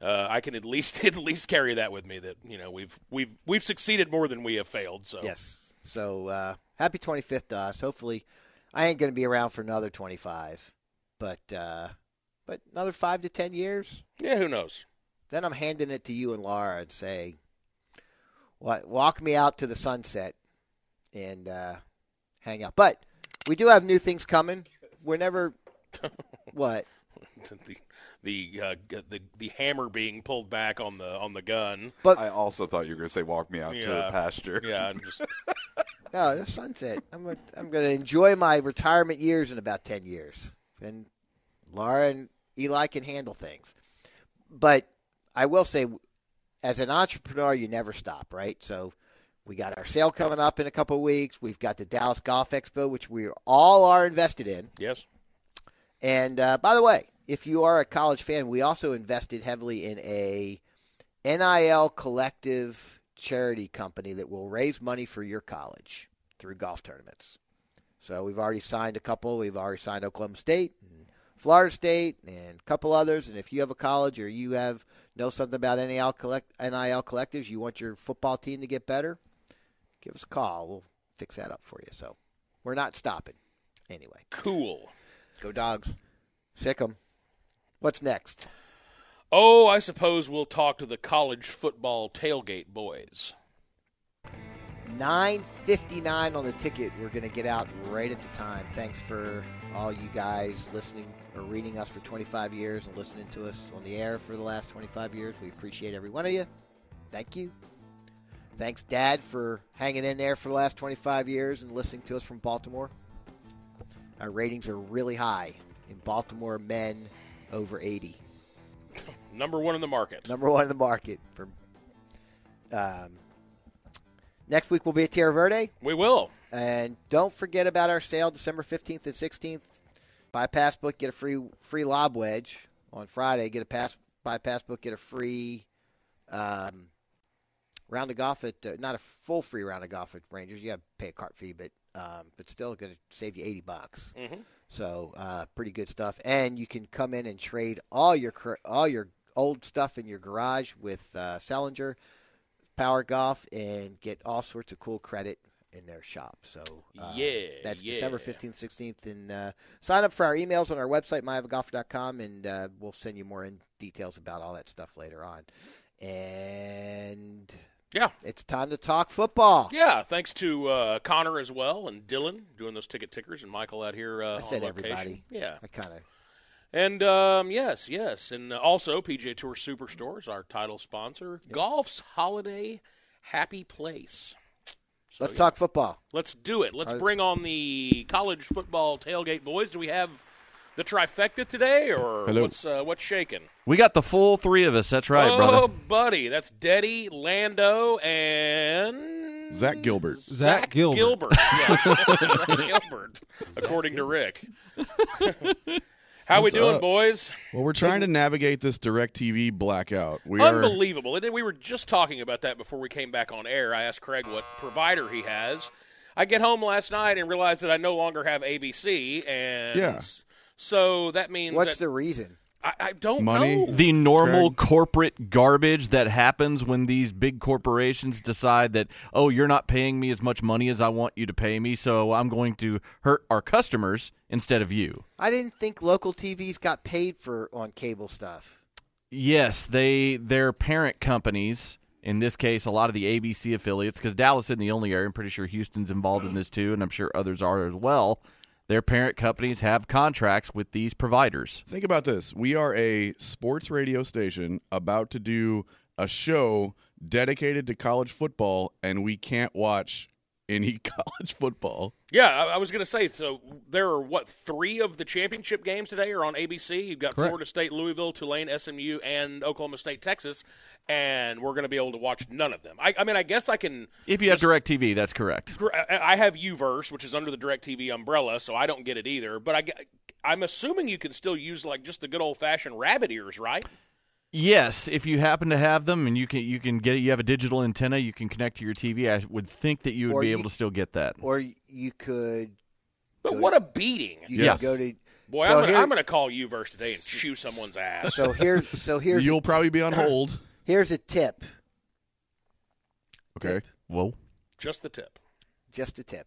Speaker 3: uh, I can at least at least carry that with me that you know we've we've we've succeeded more than we have failed. So
Speaker 4: Yes. So uh, happy 25th to us. Hopefully, I ain't going to be around for another 25, but uh, but another five to 10 years,
Speaker 3: yeah, who knows?
Speaker 4: then I'm handing it to you and Laura and saying, "What? Walk me out to the sunset and uh, hang out." But we do have new things coming. We're never what
Speaker 3: the the uh, g- the the hammer being pulled back on the on the gun.
Speaker 5: I also thought you were going to say walk me out to
Speaker 3: Yeah.
Speaker 5: the pasture.
Speaker 3: Yeah, and just
Speaker 4: no the sunset. I'm gonna, I'm going to enjoy my retirement years in about 10 years, and Laura and Eli can handle things. But I will say, as an entrepreneur, you never stop, right? So we got our sale coming up in a couple of weeks. We've got the Dallas Golf Expo, which we all are invested in.
Speaker 3: yes.
Speaker 4: And uh, by the way, if you are a college fan, we also invested heavily in a NIL collective charity company that will raise money for your college through golf tournaments. So we've already signed a couple. We've already signed Oklahoma State, and Florida State, and a couple others. And if you have a college or you have know something about NIL collect NIL collectives, you want your football team to get better, give us a call. We'll fix that up for you. So we're not stopping. Anyway.
Speaker 3: Cool.
Speaker 4: Go dogs. Sick 'em. What's next?
Speaker 3: Oh, I suppose we'll talk to the college football tailgate boys.
Speaker 4: 9.59 on the ticket. We're going to get out right at the time. Thanks for all you guys listening or reading us for 25 years and listening to us on the air for the last 25 years. We appreciate every one of you. Thank you. Thanks, Dad, for hanging in there for the last 25 years and listening to us from Baltimore. Our ratings are really high in Baltimore men over 80.
Speaker 3: Number one in the market.
Speaker 4: number one in the market for. Um, next week will be at Tierra Verde,
Speaker 3: We will.
Speaker 4: and don't forget about our sale December fifteenth and sixteenth. Buy passbook, get a free free lob wedge on Friday. Get a pass buy passbook, get a free um, round of golf at uh, not a full free round of golf at Rangers. You have to pay a cart fee, but um, but still going to save you eighty bucks.
Speaker 3: Mhm.
Speaker 4: So uh, pretty good stuff. And you can come in and trade all your cur- all your old stuff in your garage with uh, Salinger Power Golf and get all sorts of cool credit in their shop. So uh,
Speaker 3: Yeah,
Speaker 4: that's
Speaker 3: yeah.
Speaker 4: December fifteenth, sixteenth, and uh, sign up for our emails on our website myavagolfer.com, and uh, we'll send you more in details about all that stuff later on. And
Speaker 3: Yeah.
Speaker 4: it's time to talk football.
Speaker 3: Yeah, thanks to uh, Connor as well and Dylan doing those ticket tickers and Michael out here uh,
Speaker 4: I said
Speaker 3: on location.
Speaker 4: everybody.
Speaker 3: Yeah.
Speaker 4: I kind of
Speaker 3: And um, yes, yes, and uh, also PJ Tour Superstore is our title sponsor. Golf's holiday happy place. So,
Speaker 4: let's
Speaker 3: yeah.
Speaker 4: talk football.
Speaker 3: Let's do it. Let's
Speaker 4: I-
Speaker 3: bring on the college football tailgate boys. Do we have the trifecta today, or what's uh, what's shaking?
Speaker 7: We got the full three of us. That's right,
Speaker 3: oh,
Speaker 7: brother.
Speaker 3: buddy, that's Deddy, Lando, and
Speaker 8: Zach Gilbert.
Speaker 3: Zach
Speaker 9: Gilbert.
Speaker 3: Gilbert, yeah, Zach Gilbert, according to Rick. How
Speaker 8: What's
Speaker 3: we doing,
Speaker 8: up?
Speaker 3: boys?
Speaker 8: Well, we're trying to navigate this DirecTV blackout. We are
Speaker 3: Unbelievable. And then we were just talking about that before we came back on air. I asked Craig what provider he has. I get home last night and realized that I no longer have ABC, and
Speaker 8: Yeah.
Speaker 3: so that means
Speaker 4: What's
Speaker 3: that
Speaker 4: the reason?
Speaker 3: I, I don't
Speaker 8: Money?
Speaker 3: know.
Speaker 9: The normal
Speaker 8: Craig?
Speaker 9: corporate garbage that happens when these big corporations decide that, oh, you're not paying me as much money as I want you to pay me, so I'm going to hurt our customers instead of you.
Speaker 4: I didn't think local TVs got paid for on cable stuff.
Speaker 9: Yes, they their parent companies. In this case, a lot of the ABC affiliates, because Dallas isn't the only area. I'm pretty sure Houston's involved in this too, and I'm sure others are as well. Their parent companies have contracts with these providers.
Speaker 8: Think about this. We are a sports radio station about to do a show dedicated to college football, and we can't watch any college football.
Speaker 3: Yeah, I, I was going to say. So there are what three of the championship games today are on ABC. You've got
Speaker 9: Correct.
Speaker 3: Florida State, Louisville, Tulane, SMU, and Oklahoma State, Texas, and we're going to be able to watch none of them. I, I mean, I guess I can.
Speaker 9: If you have DirecTV, that's correct.
Speaker 3: gr- I I have UVerse, which is under the Directv umbrella, so I don't get it either. But I, g- I'm assuming you can still use like just the good old fashioned rabbit ears, right?
Speaker 9: Yes, if you happen to have them, and you can you can get you have a digital antenna, you can connect to your TV. I would think that you would
Speaker 4: Or
Speaker 9: be
Speaker 4: you-
Speaker 9: able to still get that.
Speaker 4: Or you could
Speaker 3: But
Speaker 4: Good.
Speaker 3: what a beating!
Speaker 4: you
Speaker 8: Yes.
Speaker 4: could go to
Speaker 3: Boy,
Speaker 4: So
Speaker 3: I'm,
Speaker 4: here-
Speaker 3: gonna, I'm going to call UVerse today and chew someone's ass.
Speaker 4: so here's so here's
Speaker 8: You'll probably be on hold.
Speaker 4: here's a tip.
Speaker 8: Okay.
Speaker 9: Whoa.
Speaker 3: just the tip.
Speaker 4: just a tip.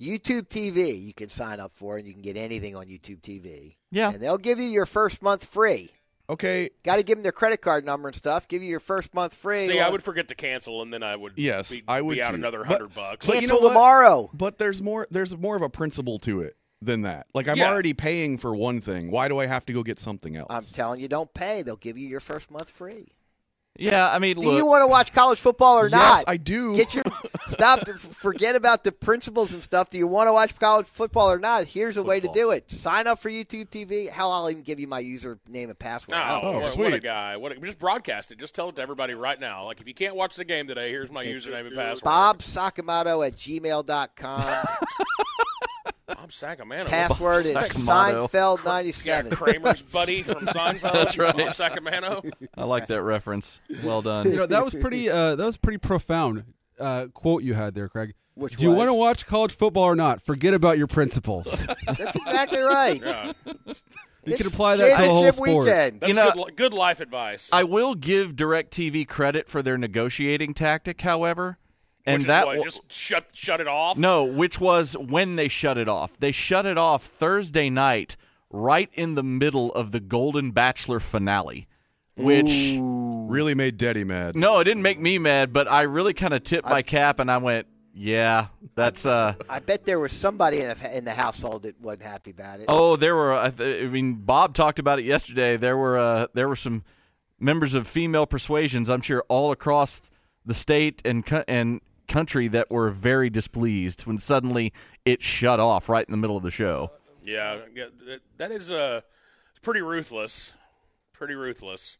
Speaker 4: YouTube TV, you can sign up for, and you can get anything on YouTube TV.
Speaker 9: Yeah.
Speaker 4: and they'll give you your first month free.
Speaker 8: Okay.
Speaker 4: Got to give them their credit card number and stuff. Give you your first month free.
Speaker 3: See, I
Speaker 4: Well,
Speaker 3: would forget to cancel, and then I would
Speaker 8: Yes,
Speaker 3: be,
Speaker 8: I would
Speaker 3: be out
Speaker 8: too.
Speaker 3: another
Speaker 8: But-
Speaker 3: hundred bucks.
Speaker 8: But you know
Speaker 4: cancel
Speaker 8: what?
Speaker 4: tomorrow.
Speaker 8: But there's more there's more of a principle to it than that. Like I'm
Speaker 3: Yeah.
Speaker 8: already paying for one thing. Why do I have to go get something else?
Speaker 4: I'm telling you, don't pay. They'll give you your first month free.
Speaker 9: Yeah, I mean,
Speaker 4: Do
Speaker 9: look,
Speaker 4: you want to watch college football or not?
Speaker 8: Yes, I do.
Speaker 4: Get your stop. Forget about the principles and stuff. Do you want to watch college football or not? Here's a way to do it. Sign up for YouTube TV. Hell, I'll even give you my username and password.
Speaker 3: Oh,
Speaker 4: I don't
Speaker 8: Oh,
Speaker 3: what, what a
Speaker 8: sweet.
Speaker 3: guy! What a, just broadcast it. Just tell it to everybody right now. Like if you can't watch the game today, here's my username and password.
Speaker 4: Bob Sakamoto at gmail.com.
Speaker 3: Bob Sacamano.
Speaker 4: Password is
Speaker 9: Sakamoto.
Speaker 4: Seinfeld
Speaker 3: Yeah,
Speaker 4: 97.
Speaker 3: Kramer's buddy from Seinfeld.
Speaker 9: That's right.
Speaker 3: Bob Sacamano.
Speaker 9: I like that reference. Well done.
Speaker 10: You know, that was pretty. Uh, that was pretty profound uh, quote you had there, Craig.
Speaker 4: Which
Speaker 10: Do you
Speaker 4: was-
Speaker 10: want to watch college football or not? Forget about your principles.
Speaker 4: That's exactly right.
Speaker 3: Yeah,
Speaker 10: you
Speaker 4: It's
Speaker 10: can apply that to the whole
Speaker 4: championship
Speaker 10: sport.
Speaker 4: weekend.
Speaker 3: that's
Speaker 9: You know-
Speaker 3: good, li- good life advice.
Speaker 9: I will give DirecTV credit for their negotiating tactic, however, and
Speaker 3: Which is
Speaker 9: that
Speaker 3: what,
Speaker 9: wa-
Speaker 3: just shut shut it off.
Speaker 9: no, which was when they shut it off. They shut it off Thursday night, right in the middle of the Golden Bachelor finale, which
Speaker 8: really made Daddy mad.
Speaker 9: no, it didn't make me mad, but I really kind of tipped my cap and I went, yeah, that's uh.
Speaker 4: I bet there was somebody in, a, in the household that wasn't happy about it.
Speaker 9: Oh, there were. I, th- I mean, Bob talked about it yesterday. There were. Uh, there were some members of female persuasions. I'm sure all across the state and co- and country that were very displeased when suddenly it shut off right in the middle of the show.
Speaker 3: Yeah, yeah, that- that is uh, pretty ruthless. Pretty ruthless.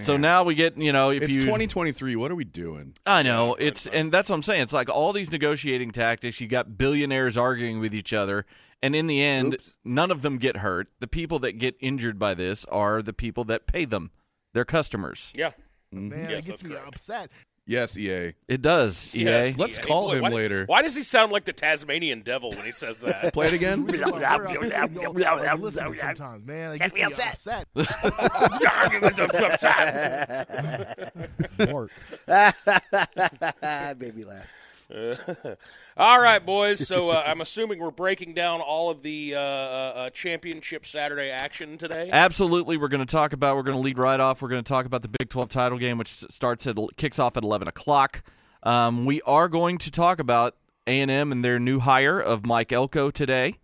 Speaker 9: So now we get. You know, if
Speaker 8: It's
Speaker 9: you
Speaker 8: 2023. What are we doing?
Speaker 9: I know it's, and that's what I'm saying. It's like all these negotiating tactics. You got billionaires arguing with each other, and in the end, none of them get hurt. The people that get injured by this are the people that pay them, their customers.
Speaker 3: Yeah.
Speaker 11: Man,
Speaker 3: Yes,
Speaker 11: it gets
Speaker 3: that's
Speaker 11: me
Speaker 3: correct.
Speaker 11: upset.
Speaker 8: Yes, E EA.
Speaker 9: It does, E EA.
Speaker 3: Yes.
Speaker 8: Let's
Speaker 3: Yeah,
Speaker 8: call
Speaker 3: boy,
Speaker 8: him
Speaker 3: why-
Speaker 8: later.
Speaker 3: Why does he sound like the Tasmanian devil when he says that?
Speaker 8: Play it again.
Speaker 11: We're upset with y'all for listening Sometimes, man, it gets me upset. Mark.
Speaker 4: Ah, Made me laugh.
Speaker 3: all right, boys. So uh, I'm assuming we're breaking down all of the uh, uh, uh, championship Saturday action today.
Speaker 8: Uh,
Speaker 9: Absolutely, we're going to talk about. We're going to lead right off. We're going to talk about the Big Twelve title game, which starts at kicks off at eleven o'clock. Um, we are going to talk about A and M and their new hire of Mike Elko today.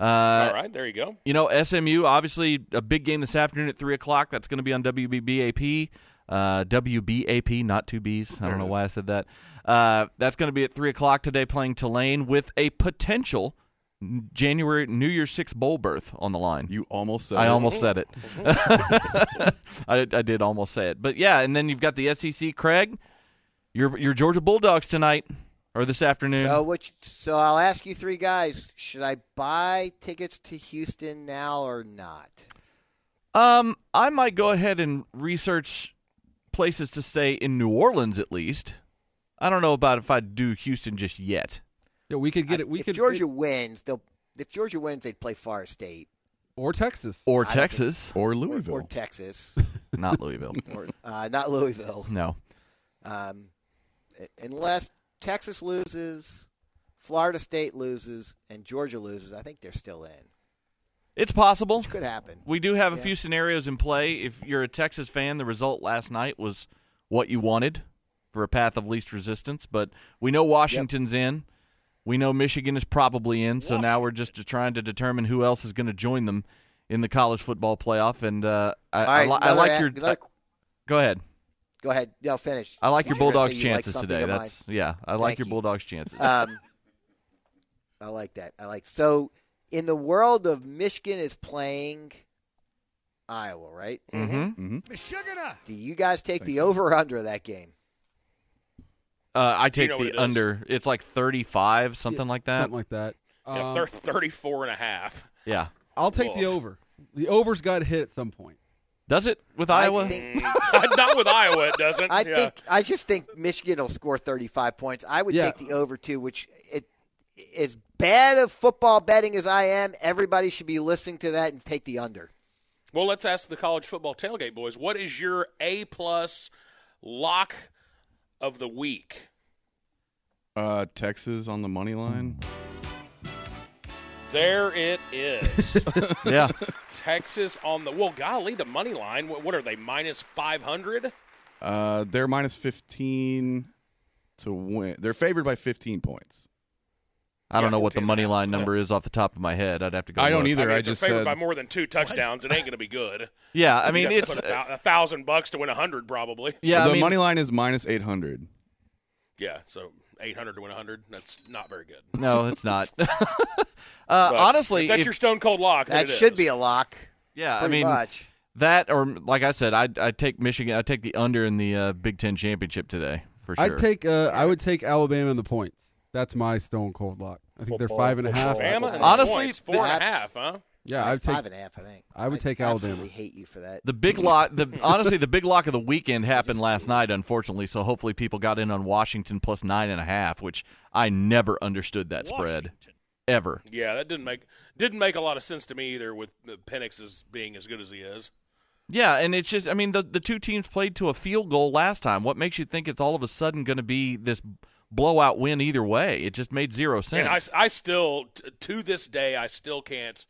Speaker 9: Uh,
Speaker 3: all right, there you go.
Speaker 9: You know, SMU obviously a big game this afternoon at three o'clock. That's going to be on WBBAP. Uh, WBAP, not two B's. I don't know why I said that. Uh, that's going to be at three o'clock today, playing Tulane with a potential January New Year's Six bowl berth on the line.
Speaker 8: You almost said.
Speaker 9: I
Speaker 8: it.
Speaker 9: almost said it. I, I did almost say it, but yeah. And then you've got the SEC, Craig. Your your Georgia Bulldogs tonight or this afternoon.
Speaker 4: So, which, so I'll ask you three guys should I buy tickets to Houston now or not?
Speaker 9: Um, I might go ahead and research places to stay in New Orleans at least. I don't know about if I'd do Houston just yet.
Speaker 10: Yeah, we could get it. We
Speaker 4: if
Speaker 10: could
Speaker 4: Georgia wins, they'll. If Georgia wins, they'd play Far State
Speaker 10: or Texas.
Speaker 9: Or
Speaker 4: I don't
Speaker 9: Texas,
Speaker 8: Or
Speaker 4: or,
Speaker 8: Louisville.
Speaker 4: or Texas,
Speaker 9: not Louisville.
Speaker 4: or, uh, not Louisville.
Speaker 9: No.
Speaker 4: Um, unless Texas loses, Florida State loses, and Georgia loses, I think they're still in.
Speaker 9: It's possible. Which
Speaker 4: could happen.
Speaker 9: We do have a few scenarios in play. If you're a Texas fan, the result last night was what you wanted for a path of least resistance. But we know Washington's in. We know Michigan is probably in. So now we're just trying to determine who else is going to join them in the college football playoff. And uh, I,
Speaker 4: All right,
Speaker 9: I, li- I
Speaker 4: another
Speaker 9: like
Speaker 4: a-
Speaker 9: your.
Speaker 4: another-
Speaker 9: go ahead.
Speaker 4: Go ahead. No, finish.
Speaker 9: I like your
Speaker 4: You were gonna
Speaker 9: Bulldogs'
Speaker 4: say you liked
Speaker 9: chances
Speaker 4: something
Speaker 9: today.
Speaker 4: of mine.
Speaker 9: That's yeah. I like
Speaker 4: Thank
Speaker 9: your
Speaker 4: you.
Speaker 9: Bulldogs' chances.
Speaker 4: Um, I like that. I like so. In the world of Michigan is playing Iowa, right?
Speaker 9: Mhm.
Speaker 8: Mm-hmm.
Speaker 4: Do you guys take the over or under of that game?
Speaker 9: Uh, I
Speaker 3: You
Speaker 9: take
Speaker 3: know what
Speaker 9: the
Speaker 3: it is.
Speaker 9: under. It's like 35, something like that.
Speaker 10: Something like that.
Speaker 3: Yeah,
Speaker 8: uh,
Speaker 10: Um,
Speaker 3: they're 34 and a half.
Speaker 9: yeah.
Speaker 10: I'll take the
Speaker 3: Wolf.
Speaker 10: over. The over's got to hit at some point.
Speaker 9: Does it with
Speaker 4: I
Speaker 9: Iowa?
Speaker 4: think-
Speaker 3: Not with Iowa, it doesn't.
Speaker 4: I
Speaker 3: yeah.
Speaker 4: think I just think Michigan will score 35 points. I would
Speaker 10: Yeah.
Speaker 4: take the over too, which it as bad of football betting as I am, everybody should be listening to that and take the under.
Speaker 3: Well, let's ask the college football tailgate boys. What is your A plus lock of the week?
Speaker 8: Uh, Texas on the money line.
Speaker 3: There it is.
Speaker 9: yeah.
Speaker 3: Texas on the well, golly, the money line. What, what are they minus five hundred?
Speaker 8: Uh, they're minus fifteen to win. They're favored by fifteen points.
Speaker 9: I don't know what the
Speaker 3: 14
Speaker 9: money line number is off the top of my head. I'd have to go.
Speaker 8: I don't
Speaker 9: look.
Speaker 8: either.
Speaker 3: mean,
Speaker 8: I
Speaker 3: if they're
Speaker 8: just
Speaker 3: favored
Speaker 8: said
Speaker 3: by more than two touchdowns. It ain't going to be good.
Speaker 9: Yeah, I
Speaker 3: You
Speaker 9: mean
Speaker 3: have to
Speaker 9: it's uh,
Speaker 3: put about a thousand bucks to win a hundred, probably.
Speaker 9: yeah.
Speaker 8: the
Speaker 9: I mean,
Speaker 8: money line is minus eight hundred.
Speaker 3: Yeah, so eight hundred to win a hundred. That's not very good.
Speaker 9: No, it's not. uh,
Speaker 3: But
Speaker 9: honestly,
Speaker 3: if that's
Speaker 9: if-
Speaker 3: your stone cold lock. then
Speaker 4: That
Speaker 3: it
Speaker 4: should
Speaker 3: is.
Speaker 4: be a lock.
Speaker 9: yeah. I
Speaker 4: Pretty
Speaker 9: mean
Speaker 4: much.
Speaker 9: that, or like I said, I I take Michigan. I take the under in the uh, Big Ten championship today for sure.
Speaker 10: I'd take. Uh, I would take Alabama in the points. That's my stone cold lock. I think they're five and a half.
Speaker 3: Bama and the
Speaker 9: Honestly,
Speaker 3: points, four and a half,
Speaker 4: that's-
Speaker 3: huh?
Speaker 10: Yeah, I'd take.
Speaker 4: five and a half, I think.
Speaker 10: I would take
Speaker 4: absolutely
Speaker 10: Alabama.
Speaker 4: hate you for that.
Speaker 9: The big lock, the honestly, the big lock of the weekend happened last night, unfortunately. So hopefully, people got in on Washington plus nine and a half, which I never understood that spread ever.
Speaker 3: Yeah, that didn't make didn't make a lot of sense to me either. With uh, Penix as being as good as he is.
Speaker 9: Yeah, and it's just, I mean, the the two teams played to a field goal last time. What makes you think it's all of a sudden going to be this blowout win either way? It just made zero sense.
Speaker 3: And I, I still, t- to this day, I still can't,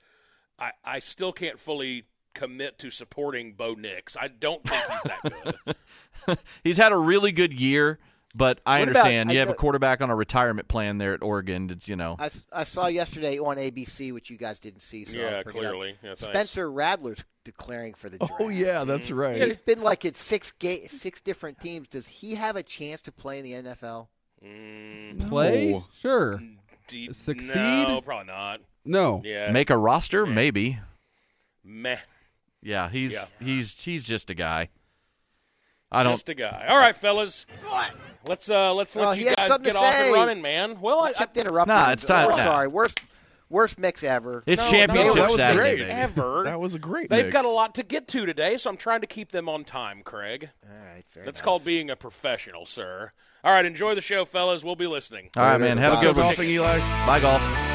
Speaker 3: I, I still can't fully commit to supporting Bo Nix. I don't think he's that good.
Speaker 9: He's had a really good year, but I
Speaker 4: What about-
Speaker 9: understand
Speaker 4: I
Speaker 9: you have
Speaker 4: know-
Speaker 9: a quarterback on a retirement plan there at Oregon. It's, you know,
Speaker 4: I, s- I saw yesterday on ABC, which you guys didn't see. So I'll
Speaker 3: Yeah,
Speaker 4: bring it up.
Speaker 3: clearly. Yeah, thanks.
Speaker 4: Spencer Radler's declaring for the draft.
Speaker 8: Oh yeah, that's right.
Speaker 4: He's been like at six ga- six different teams. Does he have a chance to play in the NFL?
Speaker 3: Mm,
Speaker 10: Play?
Speaker 8: No.
Speaker 10: Sure.
Speaker 3: deep,
Speaker 10: Succeed?
Speaker 3: No, probably not.
Speaker 10: No.
Speaker 3: Yeah,
Speaker 9: make a roster, maybe.
Speaker 3: meh.
Speaker 9: Yeah, he's
Speaker 3: Yeah.
Speaker 9: he's he's just a guy. I don't.
Speaker 3: Just a guy. All right, fellas. Let's uh, let's let
Speaker 4: Well, he
Speaker 3: you
Speaker 4: had
Speaker 3: guys
Speaker 4: something
Speaker 3: get
Speaker 4: to
Speaker 3: off
Speaker 4: say.
Speaker 3: and running, man. Well, I,
Speaker 4: I kept interrupting.
Speaker 9: Nah,
Speaker 4: him.
Speaker 9: it's time-
Speaker 4: Oh,
Speaker 9: nah.
Speaker 4: sorry, worst worst mix ever.
Speaker 9: it's
Speaker 3: No,
Speaker 9: championship
Speaker 8: no, that was
Speaker 9: Saturday.
Speaker 8: great.
Speaker 9: baby.
Speaker 3: ever.
Speaker 8: That was a great.
Speaker 3: They've
Speaker 8: mix.
Speaker 3: got a lot to get to today, so I'm trying to keep them on time, Craig.
Speaker 4: All right, fair
Speaker 3: That's
Speaker 4: enough.
Speaker 3: called being a professional, sir. All right, enjoy the show, fellas. We'll be listening.
Speaker 9: All right, man. Have a
Speaker 8: Let's
Speaker 9: good
Speaker 8: go
Speaker 9: one.
Speaker 8: golfing, Eli.
Speaker 9: Bye, golf.